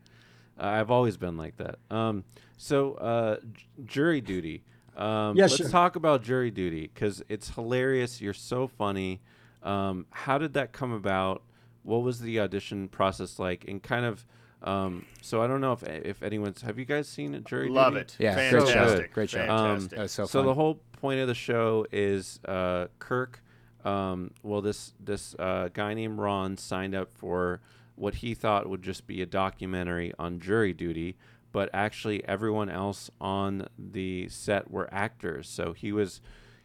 Uh, I've always been like that. Um, so, uh, j- jury duty. Um,
Yes,
let's
sir.
talk about jury duty because it's hilarious. You're so funny. Um, how did that come about? What was the audition process like? And kind of, um, so I don't know if if anyone's have you guys seen a jury?
Love
duty?
it.
Yeah, great show.
fantastic.
Great show.
Um,
Fantastic.
That was so,
so
fun.
the whole point of the show is uh, Kirk. Um, well, this this uh, guy named Ron signed up for what he thought would just be a documentary on jury duty, but actually everyone else on the set were actors. So he was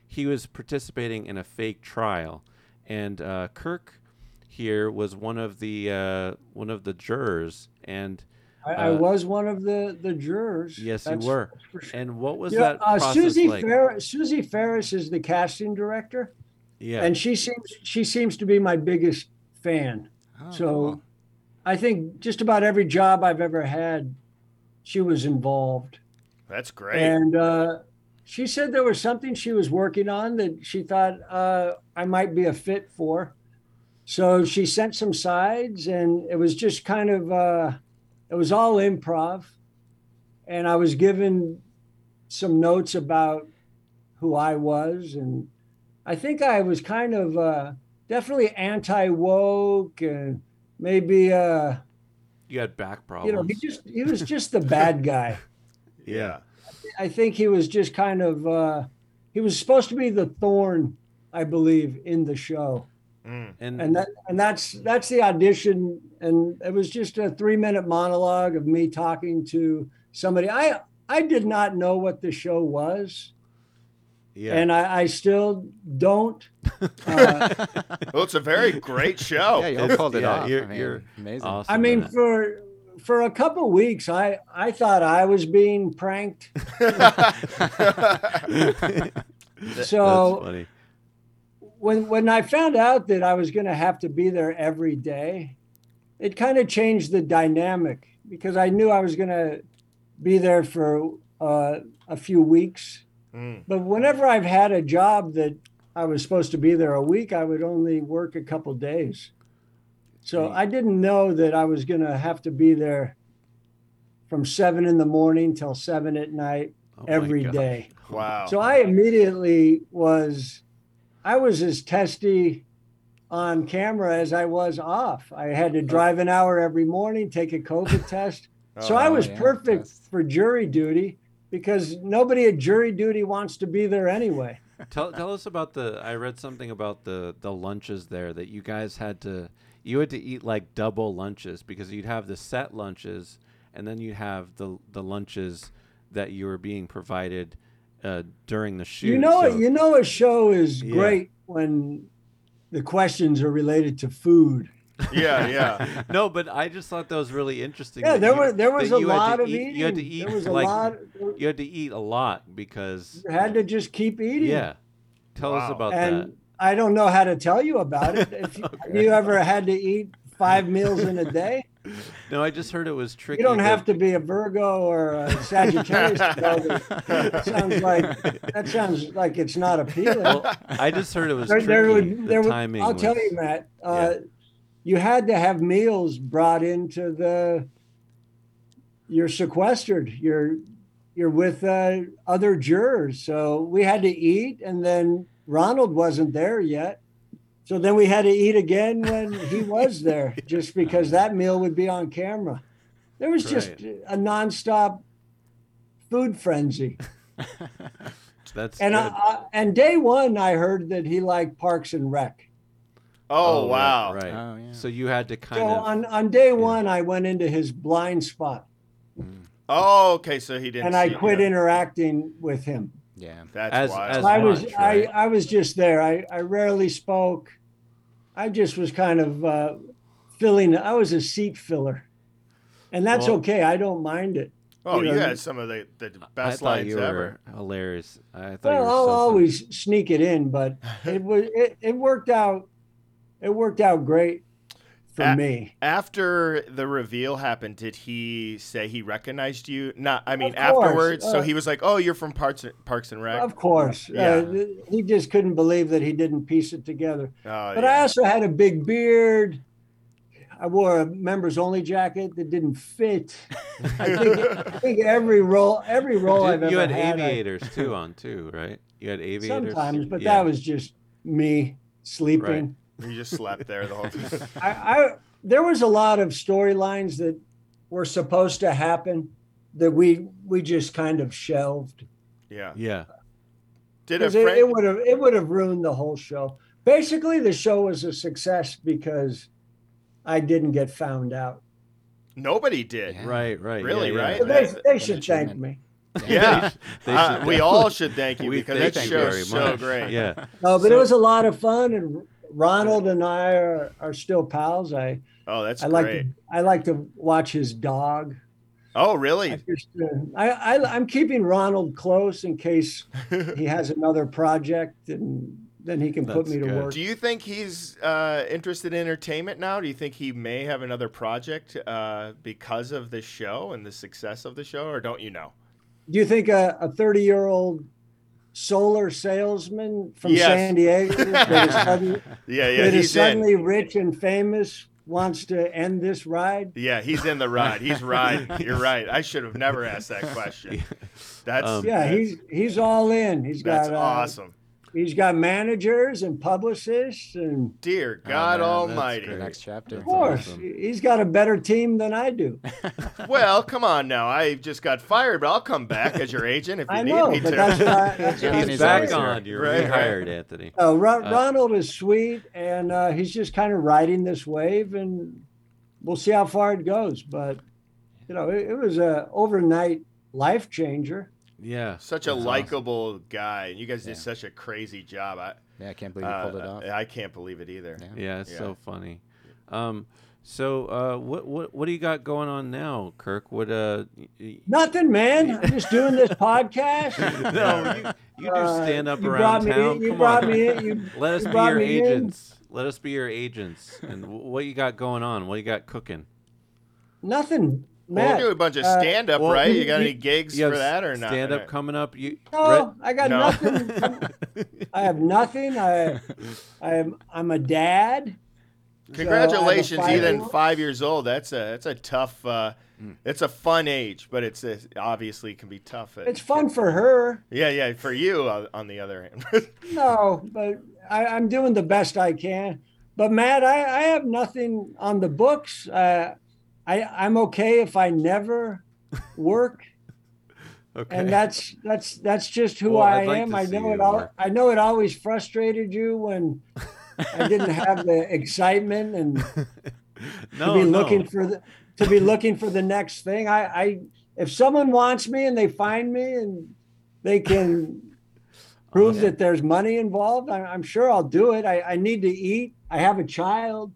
he was participating in a fake trial, and uh, Kirk here was one of the uh, one of the jurors, and
I, I
Uh,
was one of the the jurors.
yes,
That's-
you were.
for sure.
And what was
You know,
that
uh,
process
Susie
like?
Fer- Susie Ferris is the casting director,
yeah,
and she seems she seems to be my biggest fan.
Oh,
so
cool.
I think just about every job I've ever had, she was involved.
That's great.
And uh, she said there was something she was working on that she thought uh, I might be a fit for. So she sent some sides, and it was just kind of, uh, it was all improv. And I was given some notes about who I was. And I think I was kind of uh, definitely anti woke and maybe, uh,
you had back problems.
you know, he just, he was just the bad guy.
yeah.
I think he was just kind of uh, he was supposed to be the thorn, I believe, in the show,
Mm.
Hmm.
and that and that's that's the audition, and it was just a three minute monologue of me talking to somebody. I I did not know what the show was,
Yeah.
and I, I still don't. Uh,
Well, Oh, it's a very great show.
yeah, you all
it's-
pulled it
Oh, yeah,
off.
you're-
I mean,
you're
amazing.
awesome
I
in
mean,
it.
for for a couple weeks, I I thought I was being pranked, so.
that's funny.
when when I found out that I was going to have to be there every day, it kind of changed the dynamic because I knew I was going to be there for uh, a few weeks.
Mm.
But whenever I've had a job that I was supposed to be there a week, I would only work a couple days. So I didn't know that I was going to have to be there from seven in the morning till seven at night
Oh my
every
gosh.
day.
Oh.
Wow.
So I immediately was, I was as testy on camera as I was off. I had
Oh.
to drive an hour every morning, take a COVID test. So I
Oh,
was
yeah,
perfect
test.
for jury duty because nobody at jury duty wants to be there anyway.
Tell tell us about the. I read something about the the lunches there that you guys had to. You had to eat like double lunches because you'd have the set lunches and then you'd have the the lunches that you were being provided uh, during the shoot.
you know,
so-
you know, a show is
Yeah.
great when the questions are related to food.
yeah, yeah.
no, but I just thought that was really interesting.
Yeah,
that
there
you-
were there was
that
a
you had to
lot of
eat-
eating.
You had to eat
there was a
like
lot. You
you had to eat a lot because
had to just keep eating.
yeah. Tell us
Wow.
about
and I don't know how to tell you about it. If you, have you ever had to eat five meals in a day?
No, I just heard it was tricky.
You don't have
but-
to be a Virgo or a Sagittarius. to know that. that sounds like that sounds like it's not appealing.
Oh,
Well, I just heard it was
There-
tricky.
there would-
the
there would-
timing.
I'll tell
was-
you, Matt. Uh, You had to have meals brought into the. You're sequestered. You're you're with uh, other jurors, so we had to eat, and then Ronald wasn't there yet. So then we had to eat again when he was there, just because that meal would be on camera. There was just a nonstop food frenzy.
That's
And
good.
I, I, and day one, I heard that he liked Parks and Rec.
Oh,
right,
wow.
Right.
Oh, yeah.
So you had to kind
So
of.
on, on day one, I went into his blind spot
Oh, okay. So he didn't.
and I
see
quit
you.
interacting with him.
Yeah.
That's
As-
wild.
as-
I was
much,
I,
right?
I was just there. I, I rarely spoke. I just was kind of uh, filling. I was a seat filler, and that's
Well-
okay. I don't mind it.
oh,
you
you
know,
had some of the, the
I
best
thought
lines
you were
ever.
hilarious. I thought you
Well,
were
I'll
so funny.
always sneak it in, but it was it, it worked out. It worked out great for
Ah.
me.
After the reveal happened, did he say he recognized you? Not, I mean,
Of course,
afterwards. so
uh,
he was like, "Oh, you're from Parks Parks and Rec." Oh,
Of course,
Yeah.
uh, th- he just couldn't believe that he didn't piece it together.
Oh,
But I
yeah.
also had a big beard. I wore a members only jacket that didn't fit. I think, I think every role, every role I've
Did-
ever
you had
had, I-
aviators too on too, right? You had aviators.
sometimes, but
Yeah.
that was just me sleeping.
you just slept there the whole time.
I, I there was a lot of storylines that were supposed to happen that we we just kind of shelved.
yeah.
Yeah.
Did a
Because it,
friend?
it would have it would have ruined the whole show. Basically, the show was a success because I didn't get found out.
Nobody did.
Yeah.
Right. Right.
Really,
yeah, yeah.
right?
they,
That's
they should
achievement.
thank me.
Yeah. Uh, we
They should definitely-
all should thank you
we
because
thank
that
you
show
very
is so
much.
great.
Yeah.
No, Uh, but
So-
it was a lot of fun, and Ronald and I are, are still pals. I
Oh, that's
I
great.
like to, I like to watch his dog.
Oh,
I,
really?
just, uh, I, I I'm keeping Ronald close in case he has another project, and then he can put
That's
me to
good.
work.
Do you think he's uh, interested in entertainment now? Do you think he may have another project uh, because of the show and the success of the show, or don't you know?
Do you think a, a 30 year old solar salesman from
Yes.
San Diego that is, sudden,
Yeah, yeah,
that is
he's in.
suddenly rich and famous wants to end this ride?
Yeah, he's in the ride. He's ride. You're right. I should have never asked that question. That's
Um,
Yeah,
that's-
he's he's all in. He's
that's
got uh,
awesome.
He's got managers and publicists, and
Dear God
Oh, man, that's The
Almighty.
next chapter.
of course, he's got a better team than I do.
Well, come on now. I just got fired, but I'll come back as your agent if you
I
need
know,
me
but
to.
that's why. That's why
Anthony's
He's
I'm
back
always
sorry.
on.
here.
You're
Right, right.
rehired, Anthony.
Uh, Ro- Ronald is sweet, and uh, he's just kind of riding this wave, and we'll see how far it goes. But you know, it, it was a overnight life changer.
Yeah.
such a
That's awesome.
likable guy. You guys
Yeah.
did such a crazy job. I
Yeah, I can't believe you
uh,
pulled it off.
I can't believe it either.
Yeah.
Yeah. It's
Yeah.
so funny. Um. So, uh, what what what do you got going on now, Kirk? What uh, y- y-
Nothing, man. I'm just doing this podcast.
no, you, you do
Uh,
stand up
you
around
brought me in-
town.
you
Come
brought
on.
me in- you-
Let us
you
be
brought
your
me in.
agents. Let us be your agents. And wh- what you got going on? What you got cooking?
Nothing,
Well,
Matt.
you do a bunch of
uh,
stand up,
well,
right?
you-
You got
you-
any gigs
You
for
have
that or not? Uh,
Stand up coming up. You
no, I got
No.
nothing. I have nothing. I, I'm, I'm a dad.
Congratulations,
So I have a
Ethan.
five-year-old.
Five years old. That's a that's a tough. Uh,
Hmm.
It's a fun age, but it's a, obviously can be tough. at-
It's fun for her.
Yeah, yeah. For you, on, on the other hand.
No, but I, I'm doing the best I can. But Matt, I, I have nothing on the books. Uh, I I'm okay if I never work,
Okay.
and that's that's that's just who
Well,
I
I'd like
am.
to
I
see
know
you
it all.
work.
I know it always frustrated you when I didn't have the excitement and
no,
to be
no.
looking for the to be looking for the next thing. I, I if someone wants me and they find me and they can prove
Awesome.
that there's money involved, I, I'm sure I'll do it. I, I need to eat. I have a child.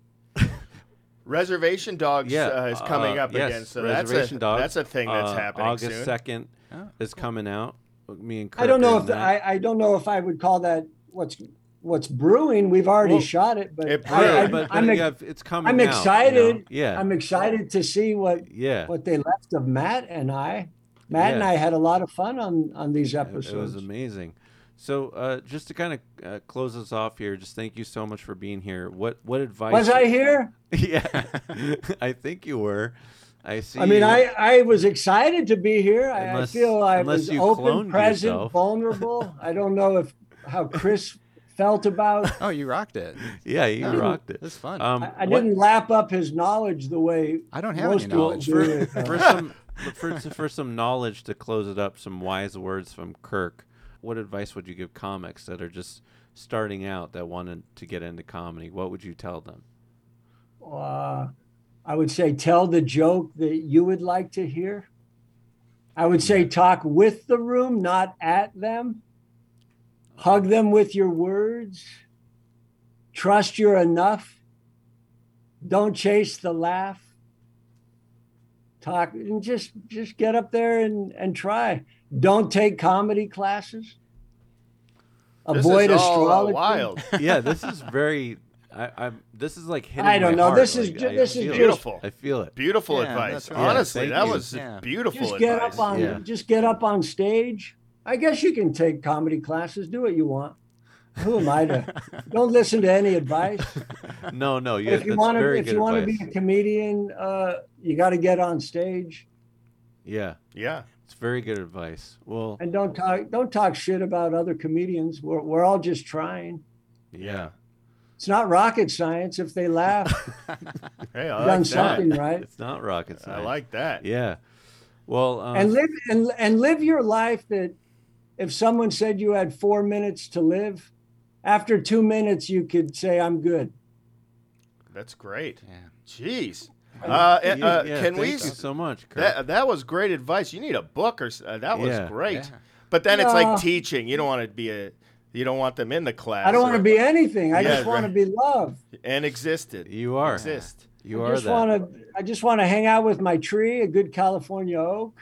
Reservation Dogs
Yeah,
uh, is coming
uh,
up
yes,
again, so that's
Reservation
a
Dogs,
that's a thing that's
uh,
happening
August
soon.
second
Oh,
is coming out. Me and Kirk
I don't
are
know
in
if
that.
I, I don't know if I would call that what's what's brewing. We've already
Well,
shot it, but,
it
I,
brewed,
Yeah,
am
but, but
I'm,
yeah, it's coming.
I'm
out, you know?
excited.
Yeah,
I'm excited to see what
yeah.
what they left of Matt and I. Matt and
Yeah.
I had a lot of fun on on these
It- It was
episodes.
amazing. So, uh, just to kind of uh, close us off here, just thank you so much for being here. What what advice?
was I here?
yeah, I think you were. I see.
I mean,
you.
I I was excited to be here. I,
Unless-
I feel I
unless
was
you
open,
cloned
present,
yourself.
vulnerable. I don't know if how Chris felt about.
Oh, you rocked it.
yeah, you
I didn't-
rocked it.
That's fun.
Um,
I, I
what-
didn't lap up his knowledge the way
I don't have
most
any
people
knowledge.
do
for,
it, uh,
for some for, for some knowledge to close it up, some wise words from Kirk. What advice would you give comics that are just starting out that wanted to get into comedy? What would you tell them?
uh, I would say tell the joke that you would like to hear. I would say talk with the room, not at them. Hug them with your words. Trust you're enough. Don't chase the laugh. Talk and just just get up there and and try. Don't take comedy classes.
This
Avoid
is all, uh,
astrology.
wild.
Yeah, this is very. I, I'm. This is like hitting.
I don't
my
know.
heart.
This is
Like,
ju-
I
this is
feel it.
beautiful.
I feel it.
Beautiful
Yeah,
advice.
that's right.
Honestly,
Yeah,
that
thank
was
you. Yeah.
beautiful
just
advice.
get up on
Yeah.
just get up on stage i guess you can take comedy classes do what you want who am i to don't listen to any advice
No, no. You,
if you
that's
want to
very
if
good
you want to be
advice.
a comedian uh you got to get on stage
Yeah,
yeah.
it's very good advice. Well,
and don't talk don't talk shit about other comedians we're, we're all just trying
yeah.
it's not rocket science if they laugh
Hey, I like
you've done
that.
something right
It's not rocket science.
I like that.
Yeah. Well, um,
and live and, and live your life that if someone said you had four minutes to live after two minutes you could say i'm good
That's great.
Yeah.
Jeez. Uh,
yeah,
uh, can
yeah, thank
we? uh,
you so much, Kirk.
That, that was great advice. You need a book or s- uh, that was
Yeah.
great.
Yeah.
But then it's
No.
like teaching. You don't want to be a. You don't want them in the class.
I don't want
or-
to be anything. I
Yeah,
just want
right.
to be loved.
and existed.
you are.
Exist.
You
I
are
just
that.
want to. I just want to hang out with my tree, a good California oak.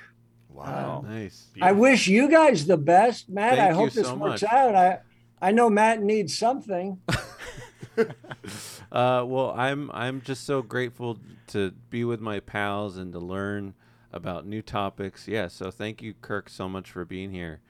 Wow.
Nice.
I wish you guys the best, Matt.
Thank
I hope
you
this
so
works
much.
out. I, I know Matt needs something.
Uh, well, I'm I'm just so grateful to be with my pals and to learn about new topics. Yeah. So thank you, Kirk, so much for being here.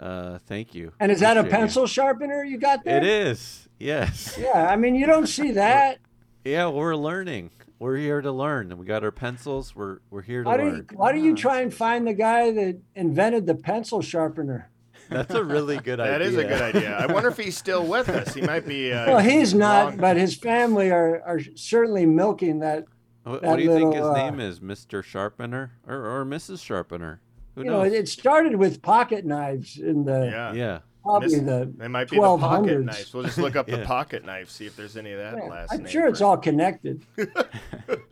Uh, thank you.
And is that a
Appreciate you.
pencil sharpener you got there?
It is. Yes.
Yeah. I mean, you don't see that.
Yeah, we're learning. We're here to learn, and we got our pencils. We're we're here to
Why do you
learn.
Why do you try and find the guy that invented the pencil sharpener?
That's a really good idea.
That is a good idea. I wonder if he's still with us. He might be. Uh,
Well, he's
long-
not, but his family are are certainly milking that.
Wh- What,
That
do you think his
little, uh,
name is, Mister Sharpener or or Mrs. Sharpener? Who
You know,
knows?
it started with pocket knives in the
Yeah.
yeah.
probably
Miss-
the
They might be the pocket
1200s.
knives. We'll just look up
Yeah.
the pocket knife, see if there's any of that
Yeah,
last
I'm
name.
sure it's
for-
all connected.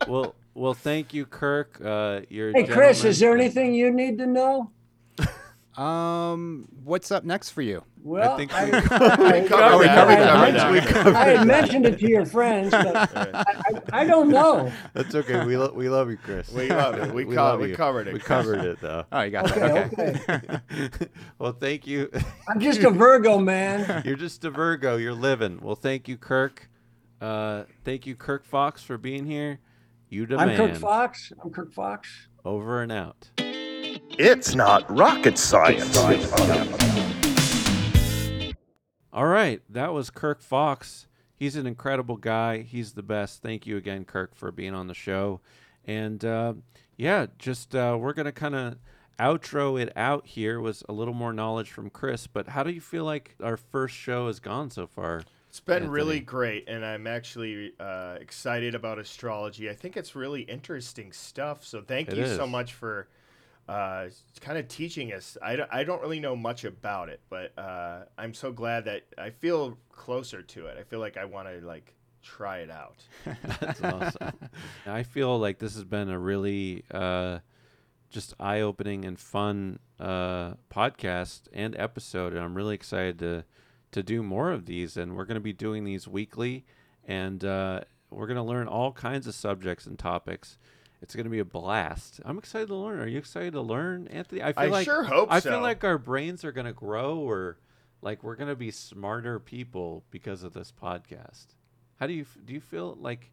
Well, well, thank you, Kirk. Uh, you're. a
Hey, Chris,
gentleman.
is there anything you need to know?
Um, what's up next for you?
Well, I,
think
I,
we-
We covered
we
that. We
covered
covered
that.
that.
We
I had mentioned it to your friends, but
Alright.
I, I don't know.
That's okay. We lo- we love you, Chris.
We love it. We, co-
love
we
you.
covered it.
We
Chris.
covered it though.
Oh, you got
Okay,
that. Okay.
okay.
well, thank you.
I'm just a Virgo man.
You're just a Virgo. You're living. Well, thank you, Kirk. Uh, thank you, Kirk Fox, for being here. You the
I'm
man.
Kirk Fox. I'm Kirk Fox.
Over and out.
It's not rocket science.
All right, that was Kirk Fox. He's an incredible guy. He's the best. Thank you again, Kirk, for being on the show. And uh, yeah, just uh, we're gonna kind of outro it out here was a little more knowledge from Chris. But how do you feel like our first show has gone so far?
It's been
Anthony.
really great, and I'm actually uh, excited about astrology. I think it's really interesting stuff. So thank
It
you so
is.
much for uh, kind of teaching us. I don't, I don't really know much about it, but uh, I'm so glad that I feel closer to it. I feel like I want to like try it out.
That's awesome. I feel like this has been a really uh, just eye-opening and fun uh, podcast and episode, and I'm really excited to to do more of these. And we're going to be doing these weekly, and uh, we're going to learn all kinds of subjects and topics. It's going to be a blast. I'm excited to learn. Are you excited to learn, Anthony? I feel
I
like
sure hope
I feel
so.
like our brains are going to grow, or like we're gonna be smarter people because of this podcast. How do you f- do? You feel like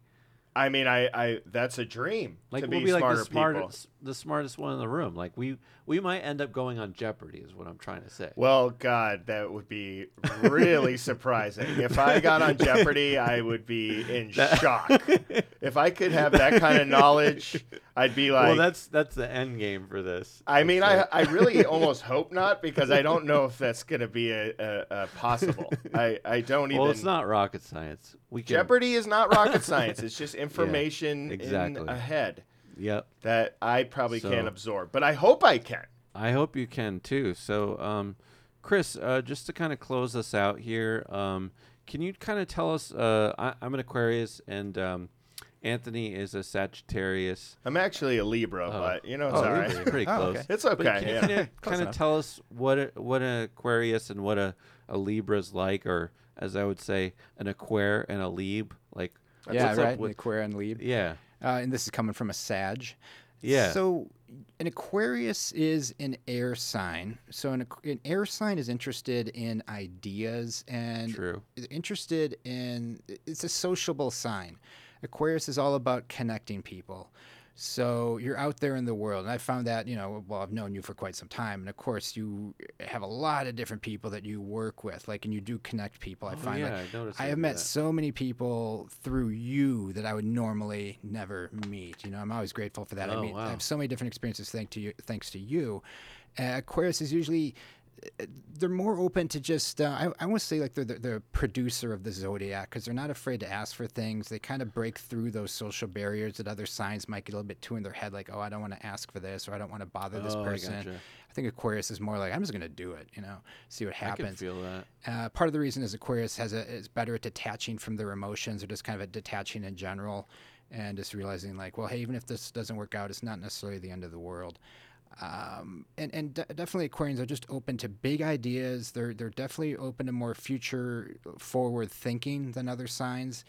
I mean, I, I that's a dream
like
to
we'll
be,
be, like
smarter
the
people.
smartest, the smartest one in the room. Like we we might end up going on Jeopardy, is what I'm trying to say.
Well, God, that would be really surprising. If I got on Jeopardy, I would be in shock. If I could have that kind of knowledge, I'd be like,
well, that's that's the end game for this.
I mean, I,
It's
I really almost hope not because I don't know if that's going to be a, a, a possible. I, I don't
like-
even.
well, it's not rocket science. We can,
Jeopardy is not rocket science. It's just information
exactly.
in a head
Yep,
that I probably
So-
can't absorb, but I hope I can.
I hope you can too. So, um, Chris, uh, just to kind of close us out here, um, can you kind of tell us? Uh, I, I'm an Aquarius, and um, Anthony is a Sagittarius.
I'm actually a Libra, but you know it's
Oh,
all
Libra's
right.
pretty
Oh,
close.
okay.
It's
But
okay.
can
yeah.
you kind of tell us what a, what an Aquarius and what a, a Libra's like, or as I would say, an Aquare and a Lib? Like,
yeah,
what's
right.
Up with,
Aquarian and Lieb.
yeah,
Uh, and this is coming from a Sag.
Yeah.
So an Aquarius is an air sign. So an, Aqu- an air sign is interested in ideas and
True.
is interested in it's a sociable sign. Aquarius is all about connecting people. So you're out there in the world, and I found that you know, well, I've known you for quite some time, and of course you have a lot of different people that you work with, like, and you do connect people. oh, I find
Oh, yeah,
like,
I noticed
I
you
have
do
met
that.
so many people through you that I would normally never meet. You know, I'm always grateful for that. I
Oh,
mean, I
wow.
have so many different experiences thanks to you. Thanks to you, uh, Aquarius is usually uh, they're more open to just uh, I, I want to say like they're the, the producer of the zodiac because they're not afraid to ask for things they kind of break through those social barriers that other signs might get a little bit too in their head like oh i don't want to ask for this or i don't want to bother this
Oh, I
person
gotcha.
I think aquarius is more like i'm just going to do it you know see what
I can
happens
feel that.
uh, part of the reason is Aquarius has a, is better at detaching from their emotions or just kind of at detaching in general and just realizing like, well, hey, even if this doesn't work out, it's not necessarily the end of the world. Um, and and de- definitely Aquarians are just open to big ideas. They're they're definitely open to more future uh, forward thinking than other signs.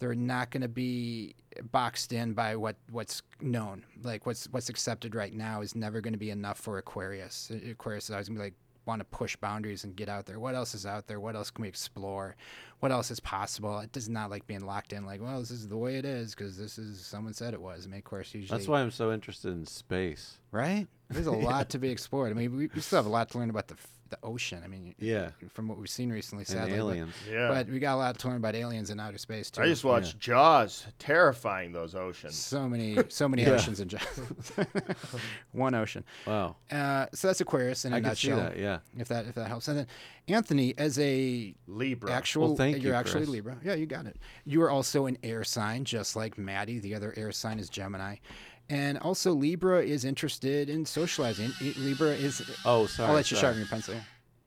They're not going to be boxed in by what what's known. Like what's what's accepted right now is never going to be enough for Aquarius. Uh, Aquarius is always going to be like want to push boundaries and get out there. What else is out there? What else can we explore? What else is possible? It does not like being locked in. Like, well, this is the way it is because this is someone said it was. I mean, of course, usually
That's why I'm so interested in space.
right. There's a lot to be explored. I mean, we, we still have a lot to learn about the f- the ocean. I mean,
Yeah.
from what we've seen recently,
And
sadly, but-
aliens.
Yeah.
But, we got a lot to learn about aliens in outer space too.
I just watched Jaws, terrifying those oceans.
so many, so many oceans in general. One ocean.
Wow.
Uh, so that's Aquarius in a
I can see
nutshell.
that. Yeah.
If that if that helps, and then Anthony, as a
Libra.
Actual,
thank
you're
you,
actually
Chris.
Libra. Yeah, you got it. You are also an air sign, just like Maddie. The other air sign is Gemini, and also Libra is interested in socializing. I- Libra is.
Oh, sorry.
I'll let you
sorry.
sharpen your pencil. here.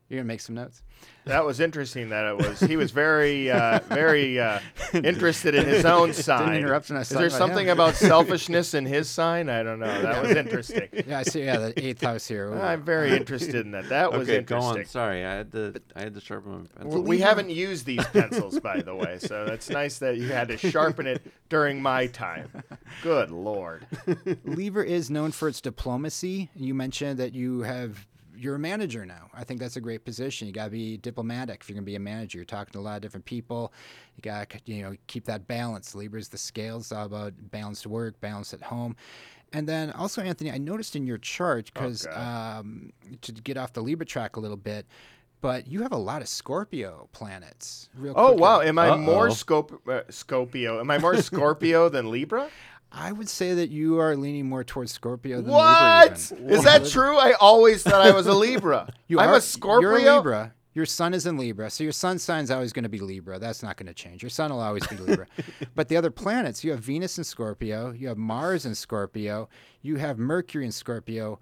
You're gonna make some notes.
That was interesting. That it was. He was very, uh, very uh, interested in his own sign.
interrupt when I was
Is there
talking about
something
him.
about selfishness in his sign? I don't know. That was interesting.
Yeah, I see. Yeah, the eighth house here. Ooh.
I'm very interested in that. That was
Okay, go on.
interesting.
Sorry, I had to. I had to sharpen my
Well,
pencil.
we haven't used these pencils, by the way, so that's nice that you had to sharpen it during my time. Good lord.
Lever is known for its diplomacy. You mentioned that you have you're a manager now. I think that's a great position. You got to be diplomatic if you're going to be a manager. You're talking to a lot of different people. You got to you know keep that balance. Libra is the scales all about balanced work, balance at home. And then also Anthony, I noticed in your chart
Oh,
because um, to get off the Libra track a little bit, but you have a lot of Scorpio planets. Real
Oh
quick here.
wow, am I more
Uh-oh.
Scop- uh, Scopio? Am I more Scorpio than Libra?
I would say that you are leaning more towards Scorpio than Libra.
What?
even.
Is that true? I always thought I was a Libra.
You
I'm
are,
a Scorpio.
You're a Libra. Your sun is in Libra, so your sun sign's always going to be Libra. That's not going to change. Your sun will always be Libra. but the other planets, you have Venus in Scorpio, you have Mars in Scorpio, you have Mercury in Scorpio.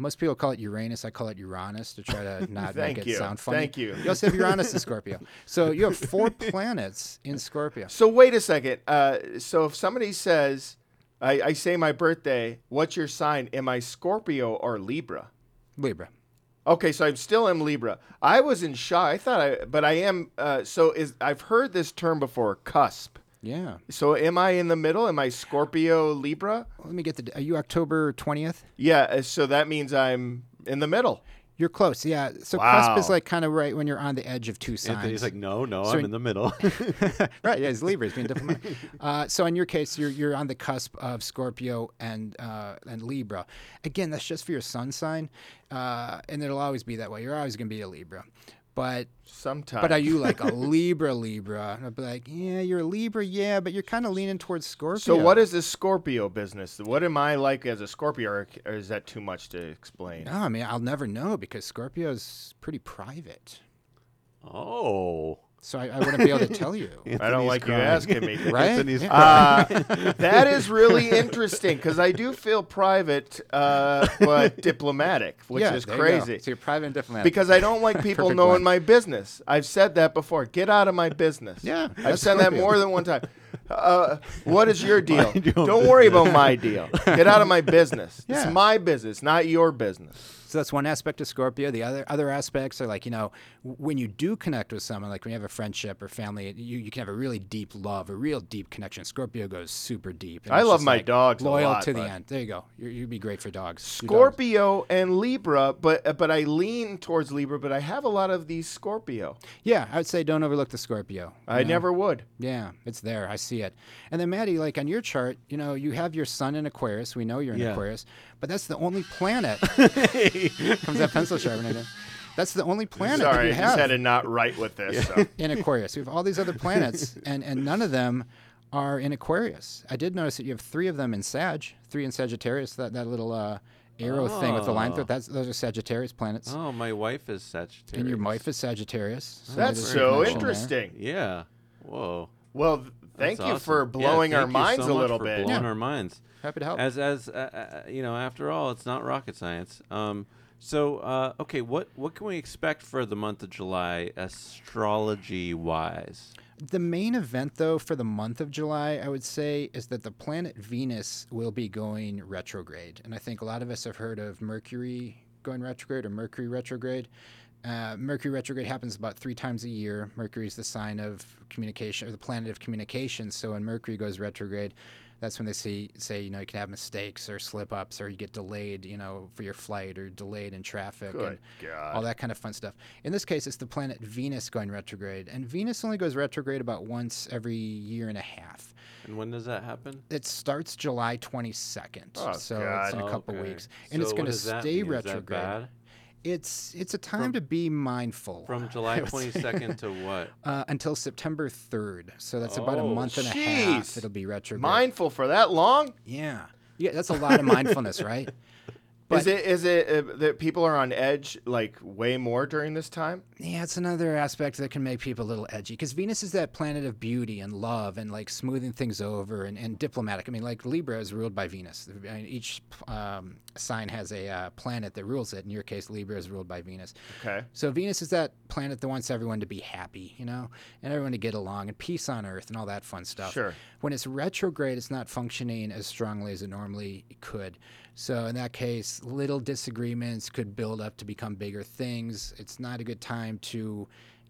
Most people call it Uranus. I call it Uranus to try to not
Thank
make it
you.
sound funny.
Thank you.
You also have Uranus in Scorpio. So you have four planets in Scorpio.
So wait a second. Uh, so if somebody says, I, I say my birthday, what's your sign? Am I Scorpio or Libra?
Libra.
Okay, so I'm still am Libra. I was in shock. I thought I, but I am. Uh, so is I've heard this term before, cusp.
Yeah.
So am I in the middle? Am I Scorpio Libra?
Let me get the. Are you October 20th?
Yeah. uh, So that means I'm in the middle.
You're close. Yeah. So cusp is
Wow.
like kind of right when you're on the edge of two signs.
Anthony's like, no, no,
So
I'm
in-
in the middle.
right, yeah, he's Libra, he's being diplomatic. Uh, so in your case, you're you're on the cusp of Scorpio and uh, and Libra. Again, that's just for your sun sign, uh, and it'll always be that way. You're always going to be a Libra, but
Sometimes.
but are you like a Libra Libra? And I'd be like, yeah, you're a Libra, yeah, but you're kind of leaning towards Scorpio.
So what is this Scorpio business? What am I like as a Scorpio? Or or is that too much to explain?
No, I mean I'll never know because Scorpio's pretty private,
oh.
so I, I wouldn't be able to tell you.
I don't
Anthony's
like
crying.
you asking me.
Right?
Anthony's
Yeah.
crying.
Uh, that is really interesting because I do feel private uh, but diplomatic, which
yeah,
is
there you go.
crazy.
So you're private and diplomatic.
Because I don't like people
Perfect
knowing
blend.
my business. I've said that before. Get out of my business.
Yeah,
I've
that's
said that
Scorpio.
more than one time. Uh, what is your deal?
Mind your own
Don't worry about my deal. Get out of my business.
Yeah.
It's my business, not your business.
So that's one aspect of Scorpio. The other other aspects are like you know w- when you do connect with someone, like when you have a friendship or family, you, you can have a really deep love, a real deep connection. Scorpio goes super deep. and
I
it's
love
just,
my
like,
dogs a
Loyal
lot,
to the
but-
end. There you go. You're, you'd be great for dogs. Two dogs.
Scorpio and Libra, but but I lean towards Libra, but I have a lot of these Scorpio.
Yeah, I would say don't overlook the Scorpio.
I never would.
Yeah, it's there. I see it. And then Maddie, like on your chart, you know, you have your sun in Aquarius. We know you're in
Yeah.
Aquarius, but that's the only planet. Comes that pencil sharpener. That's the only planet that
Sorry,
you
I
have.
just had it not right with this. so.
in Aquarius. We have all these other planets, and, and none of them are in Aquarius. I did notice that you have three of them in Sag, three in Sagittarius. That that little uh, arrow thing with the line through it. That's those are Sagittarius planets.
Oh, my wife is Sagittarius.
And your wife is Sagittarius. so
That's
there's a
so
connection there.
interesting.
Yeah. Whoa.
Well, th- thank
That's
you
awesome.
for
Yeah,
blowing our
thank you so
minds a
much
little
for
bit. Oh.
Blowing
Yeah.
our minds.
Happy to help.
As as uh, uh, you know, after all, it's not rocket science. Um, so uh, okay, what what can we expect for the month of July, astrology wise?
The main event, though, for the month of July, I would say, is that the planet Venus will be going retrograde. And I think a lot of us have heard of Mercury going retrograde or Mercury retrograde. Uh, Mercury retrograde happens about three times a year. Mercury is the sign of communication or the planet of communication. So when Mercury goes retrograde, that's when they see, say, you know, you can have mistakes or slip ups or you get delayed, you know, for your flight or delayed in traffic.
Good
and
God.
all that kind of fun stuff. In this case, it's the planet Venus going retrograde, and Venus only goes retrograde about once every year and a half.
And when does that happen?
It starts July 22nd,
Oh,
so
God.
it's in a couple
Okay.
weeks, and it's
So
going
what
to
does that mean?
stay
Is that
retrograde.
bad?
It's it's a time to be mindful
From July
I would say.
twenty second to what?
uh, until September 3rd, so that's about a
Oh,
month and a
jeez.
half. It'll be retrograde.
Mindful for that long?
yeah, yeah, that's a lot of mindfulness, right?
is it is it uh, that people are on edge like way more during this time?
Yeah, it's another aspect that can make people a little edgy because Venus is that planet of beauty and love and like smoothing things over and, and diplomatic. I mean, like Libra is ruled by Venus. I mean, each um, sign has a uh, planet that rules it. In your case, Libra is ruled by Venus.
Okay.
So Venus is that planet that wants everyone to be happy, you know, and everyone to get along and peace on Earth and all that fun stuff.
Sure.
When it's retrograde, it's not functioning as strongly as it normally could. So in that case, little disagreements could build up to become bigger things. It's not a good time to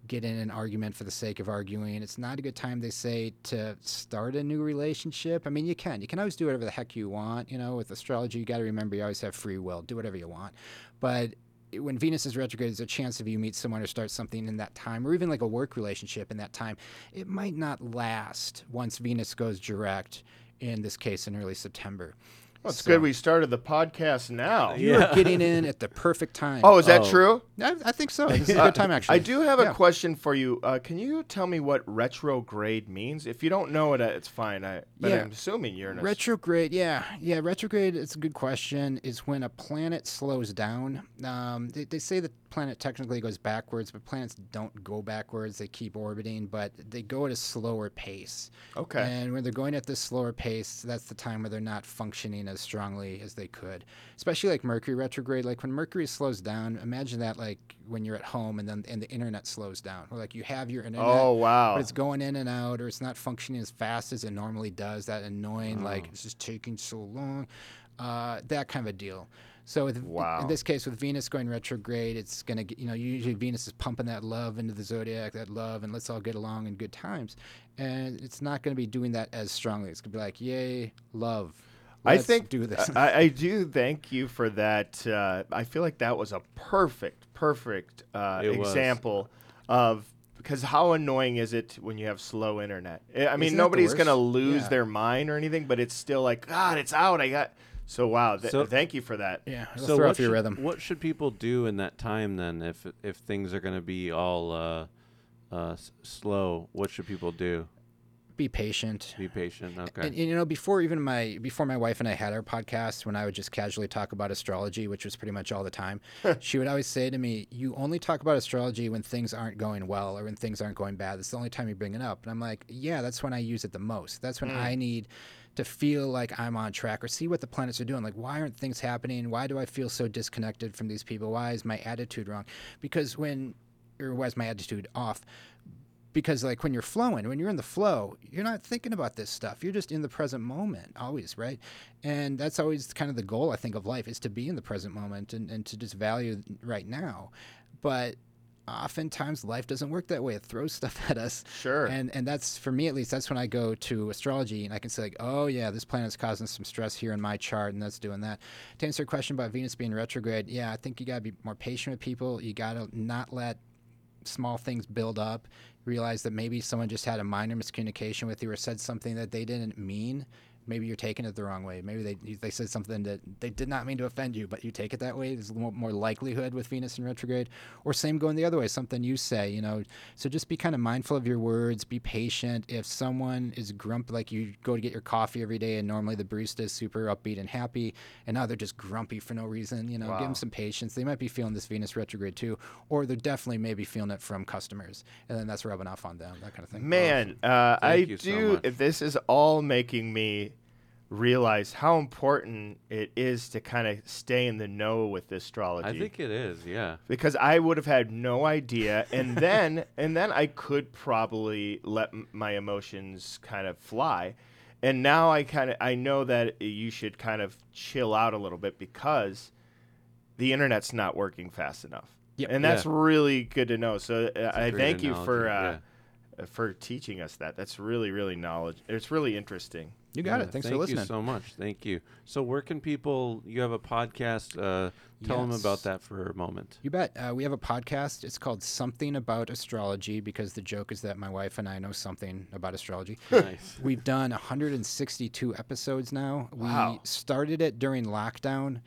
get in an argument for the sake of arguing. It's not a good time, they say, to start a new relationship. I mean, you can. You can always do whatever the heck you want. You know, with astrology, you got to remember you always have free will. Do whatever you want. But when Venus is retrograde, there's a chance if you meet someone or start something in that time, or even like a work relationship in that time, it might not last once Venus goes direct, in this case, in early September.
Well, it's good we started the podcast now.
You're getting in at the perfect time.
Oh, is that true?
I, I think so. This is a good time, actually.
I do have a
Yeah.
question for you. Uh, can you tell me what retrograde means? If you don't know it, uh, it's fine. I, but
Yeah.
I'm assuming you're an ast-
Retrograde, yeah, yeah. Retrograde, it's a good question. Is when a planet slows down. Um, they, they say the planet technically goes backwards, but planets don't go backwards. They keep orbiting, but they go at a slower pace.
Okay.
And when they're going at this slower pace, that's the time where they're not functioning as strongly as they could. Especially like Mercury retrograde. Like when Mercury slows down, imagine that like when you're at home and then and the internet slows down. Or like you have your internet
Oh wow.
but it's going in and out or it's not functioning as fast as it normally does that
Oh.
annoying like this is taking so long uh, that kind of a deal so with,
Wow.
in this case with venus going retrograde it's going to get you know usually venus is pumping that love into the zodiac that love and let's all get along in good times and it's not going to be doing that as strongly it's going to be like yay love Let's
I think
do this.
I, I do thank you for that. Uh, I feel like that was a perfect, perfect uh,
It was.
example of because how annoying is it when you have slow internet? I I mean,
Isn't that the
nobody's gonna
worst?
lose
Yeah.
their mind or anything, but it's still like God, it's out. I got so wow. Th-
So-
thank you for that.
yeah, it'll
so
throw
what
off your
should,
rhythm.
What should people do in that time then, if if things are going to be all uh, uh, s- slow? What should people do?
Be patient.
Be patient. Okay.
And, and, you know, before even my before my wife and I had our podcast, when I would just casually talk about astrology, which was pretty much all the time, she would always say to me, "You only talk about astrology when things aren't going well or when things aren't going bad. That's the only time you bring it up." And I'm like, "Yeah, that's when I use it the most. That's when I need to feel like I'm on track or see what the planets are doing. Like, why aren't things happening? Why do I feel so disconnected from these people? Why is my attitude wrong? Because when or why is my attitude off? because like when you're flowing when you're in the flow you're not thinking about this stuff you're just in the present moment always right and that's always kind of the goal i think of life is to be in the present moment and, and to just value right now but oftentimes life doesn't work that way it throws stuff at us
Sure.
and and that's for me at least that's when i go to astrology and i can say like oh yeah this planet's causing some stress here in my chart and that's doing that to answer your question about venus being retrograde yeah i think you got to be more patient with people you got to not let small things build up realize that maybe someone just had a minor miscommunication with you or said something that they didn't mean maybe you're taking it the wrong way maybe they they said something that they did not mean to offend you but you take it that way there's more, more likelihood with venus in retrograde or same going the other way something you say you know so just be kind of mindful of your words be patient if someone is grump like you go to get your coffee every day and normally the barista is super upbeat and happy and now they're just grumpy for no reason you know give them some patience they might be feeling this venus retrograde too or they're definitely maybe feeling it from customers and then that's rubbing off on them that kind of thing
Man, uh, I
Thank you so
do.
much.
this is all making me realize how important it is to kind of stay in the know with astrology.
I think it is. Yeah.
because I would have had no idea, and then and then I could probably let m- my emotions kind of fly, and now I kind of I know that you should kind of chill out a little bit because the internet's not working fast enough,
Yep.
and that's really good to know. So uh,
a
I
great
thank you for
analogy,
uh, for teaching us that. That's really really knowledge. It's really interesting.
you got
Yeah,
it thanks
thank
for listening
you so much. Thank you. So where can people? You have a podcast. Uh, tell them about
Yes.
that for a moment.
You bet. Uh, we have a podcast. It's called Something About Astrology because the joke is that my wife and I know something about astrology.
Nice.
We've done 162 episodes now. We
Wow.
started it during lockdown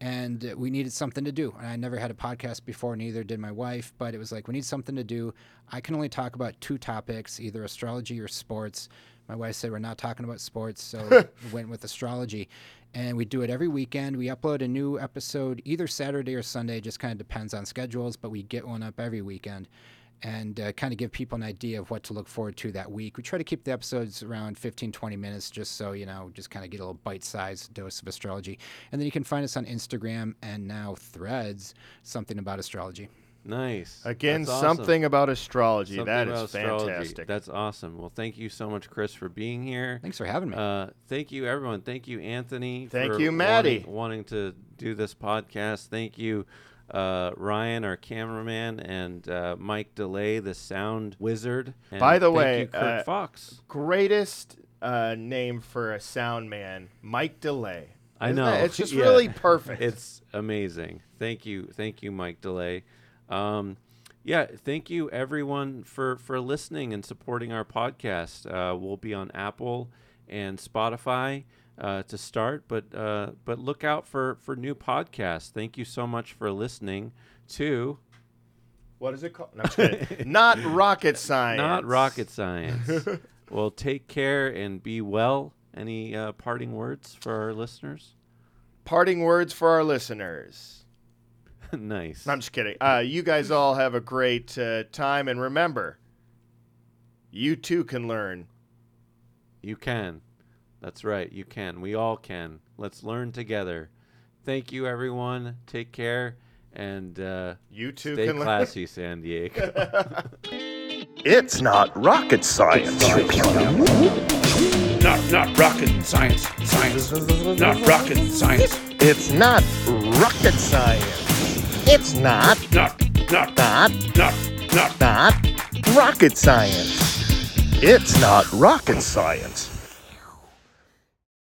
and uh, we needed something to do. And I never had a podcast before, neither did my wife, but it was like, we need something to do. I can only talk about two topics, either astrology or sports. My wife said, we're not talking about sports, so we went with astrology. And we do it every weekend. We upload a new episode either Saturday or Sunday, just kind of depends on schedules, but we get one up every weekend and uh, kind of give people an idea of what to look forward to that week. We try to keep the episodes around 15, 20 minutes just so, you know, just kind of get a little bite sized dose of astrology. And then you can find us on Instagram and now threads, something about astrology.
Nice.
Again,
That's awesome.
something about astrology.
Something
that is
about astrology.
fantastic.
That's awesome. Well, thank you so much, Chris, for being here.
Thanks for having me.
Uh, thank you, everyone. Thank you, Anthony.
Thank
for
you, Maddie.
Wanting, wanting to do this podcast. Thank you, uh, Ryan, our cameraman, and uh, Mike Delay, the sound wizard. And
By the
thank
way,
you, Kurt
uh,
Fox.
greatest uh, name for a sound man, Mike Delay.
I
Isn't
know.
that- it's just
Yeah.
really perfect.
It's amazing. Thank you, thank you, Mike Delay. Um, yeah, thank you everyone for for listening and supporting our podcast. Uh, we'll be on Apple and Spotify uh, to start, but uh, but look out for for new podcasts. Thank you so much for listening to
what is it called? No, I'm just kidding. Not rocket science.
not rocket science. well, take care and be well. Any uh, parting words for our listeners?
Parting words for our listeners.
nice.
No, I'm just kidding. Uh, you guys all have a great uh, time, and remember, you too can learn.
You can. That's right. You can. We all can. Let's learn together. Thank you, everyone. Take care and uh,
You too
stay
can learn.
classy, San Diego.
It's not rocket science.
Not not rocket science. Science. Not rocket science.
It's not rocket science. It's not,
Not not
not,
not not.
not rocket science. It's not rocket science.